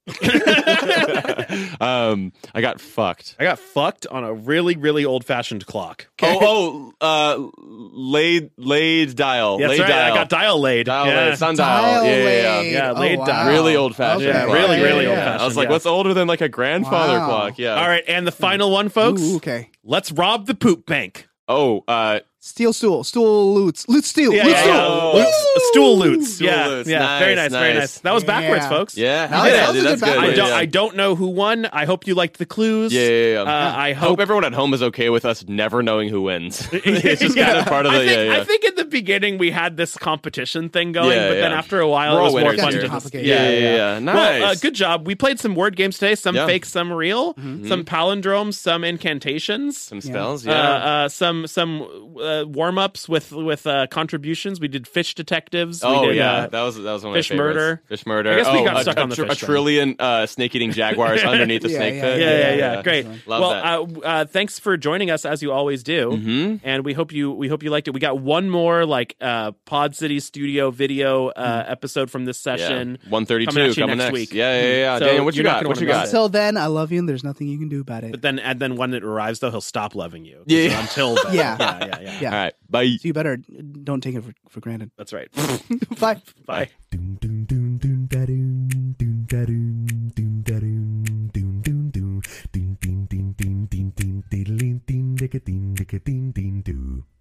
Speaker 2: um, I got fucked.
Speaker 3: I got fucked on a really, really old-fashioned clock.
Speaker 2: Oh, oh, uh, laid, laid dial.
Speaker 3: Yeah,
Speaker 2: laid
Speaker 3: that's right.
Speaker 2: dial.
Speaker 3: I got dial laid.
Speaker 2: dial
Speaker 3: yeah.
Speaker 2: laid, sundial.
Speaker 4: dial
Speaker 2: Yeah, yeah,
Speaker 4: laid.
Speaker 2: yeah.
Speaker 3: Yeah,
Speaker 4: Oh,
Speaker 3: laid down.
Speaker 4: wow.
Speaker 2: Really old fashioned.
Speaker 4: Okay.
Speaker 3: Yeah,
Speaker 4: Yeah,
Speaker 3: really, really
Speaker 4: yeah, yeah.
Speaker 2: I was
Speaker 3: old-fashioned,
Speaker 2: like,
Speaker 3: yeah.
Speaker 2: what's older than like a grandfather
Speaker 4: Wow.
Speaker 2: clock? Yeah.
Speaker 3: All right, and the final one, folks.
Speaker 4: Ooh, okay.
Speaker 3: Let's rob the poop bank.
Speaker 2: Oh, uh,
Speaker 4: Steel stool, stool loots, loot steel,
Speaker 3: Yeah,
Speaker 4: loot
Speaker 3: yeah,
Speaker 4: stool.
Speaker 3: yeah. Oh, Loots. Stool loots.
Speaker 2: Stool
Speaker 3: yeah,
Speaker 2: loots.
Speaker 3: yeah. very nice,
Speaker 2: Nice,
Speaker 3: very
Speaker 2: nice.
Speaker 3: nice. That was backwards,
Speaker 4: Yeah.
Speaker 3: folks.
Speaker 2: Yeah,
Speaker 4: That
Speaker 2: how
Speaker 4: was-
Speaker 2: did
Speaker 4: that
Speaker 2: I
Speaker 4: was
Speaker 2: do?
Speaker 4: a
Speaker 2: That's
Speaker 4: good
Speaker 2: good.
Speaker 3: I
Speaker 4: backwards.
Speaker 3: don't.
Speaker 2: yeah.
Speaker 3: I don't know who won. I hope you liked the clues.
Speaker 2: Yeah, yeah, yeah.
Speaker 3: Uh, I
Speaker 2: I hope
Speaker 3: hope.
Speaker 2: everyone at home is okay with us never knowing who
Speaker 3: *laughs*
Speaker 2: wins. *laughs* it's just kind of part of the
Speaker 3: I think,
Speaker 2: yeah, yeah.
Speaker 3: I think at the beginning we had this competition thing going,
Speaker 2: Yeah,
Speaker 3: but then
Speaker 2: yeah.
Speaker 3: after a while
Speaker 2: We're
Speaker 3: it
Speaker 2: all
Speaker 3: was more
Speaker 2: winners
Speaker 3: fun
Speaker 2: here.
Speaker 3: to just
Speaker 4: Complicated.
Speaker 2: yeah, yeah, yeah, Nice.
Speaker 3: Well, uh, good job. We played some word games today, some
Speaker 2: Yeah. Mm-hmm.
Speaker 3: fake, some real, some palindromes, some incantations.
Speaker 2: Some spells,
Speaker 3: Uh,
Speaker 2: yeah.
Speaker 3: uh, some some uh, warm ups with with uh, contributions. We did fish detectives.
Speaker 2: Oh
Speaker 3: we did,
Speaker 2: yeah,
Speaker 3: uh,
Speaker 2: that was that was one of my
Speaker 3: fish
Speaker 2: favorites.
Speaker 3: murder.
Speaker 2: Fish murder.
Speaker 3: I guess we
Speaker 2: oh,
Speaker 3: got
Speaker 2: a,
Speaker 3: stuck
Speaker 2: a
Speaker 3: on the
Speaker 2: tr- a
Speaker 3: fish one.
Speaker 2: trillion uh,
Speaker 3: *laughs*
Speaker 2: snake-eating jaguars underneath the
Speaker 4: Yeah,
Speaker 2: snake
Speaker 4: yeah,
Speaker 2: pit.
Speaker 3: yeah, yeah, yeah,
Speaker 4: yeah.
Speaker 3: Great.
Speaker 2: Love
Speaker 3: well,
Speaker 2: that.
Speaker 3: Uh, uh, thanks for joining us as you always do,
Speaker 2: Mhm.
Speaker 3: and we hope you we hope you liked it. We got one more like uh, Pod City Studio video uh, episode from this session.
Speaker 2: One thirty-two coming,
Speaker 3: Coming at you next
Speaker 2: next
Speaker 3: week.
Speaker 2: Yeah, yeah, yeah.
Speaker 3: So
Speaker 2: Daniel, what you
Speaker 3: you're not
Speaker 2: got?
Speaker 3: gonna
Speaker 2: What you
Speaker 3: wanna
Speaker 2: got?
Speaker 3: miss
Speaker 4: Until then, I love you, and there's nothing you can do about it.
Speaker 3: But then and then when it arrives though, he'll stop loving you.
Speaker 2: Yeah.
Speaker 3: So Until then.
Speaker 4: Yeah.
Speaker 3: yeah, yeah, yeah.
Speaker 4: yeah.
Speaker 2: All right, bye.
Speaker 4: So you better uh, don't take it for, for granted. *laughs*
Speaker 3: That's right. *laughs*
Speaker 4: Bye.
Speaker 3: Bye.
Speaker 1: Doom doom doom doom da doom doom da doom doom da doom doom doom doom doom ding ding ding ding ding ding ding ding ding ding ding ding ding ding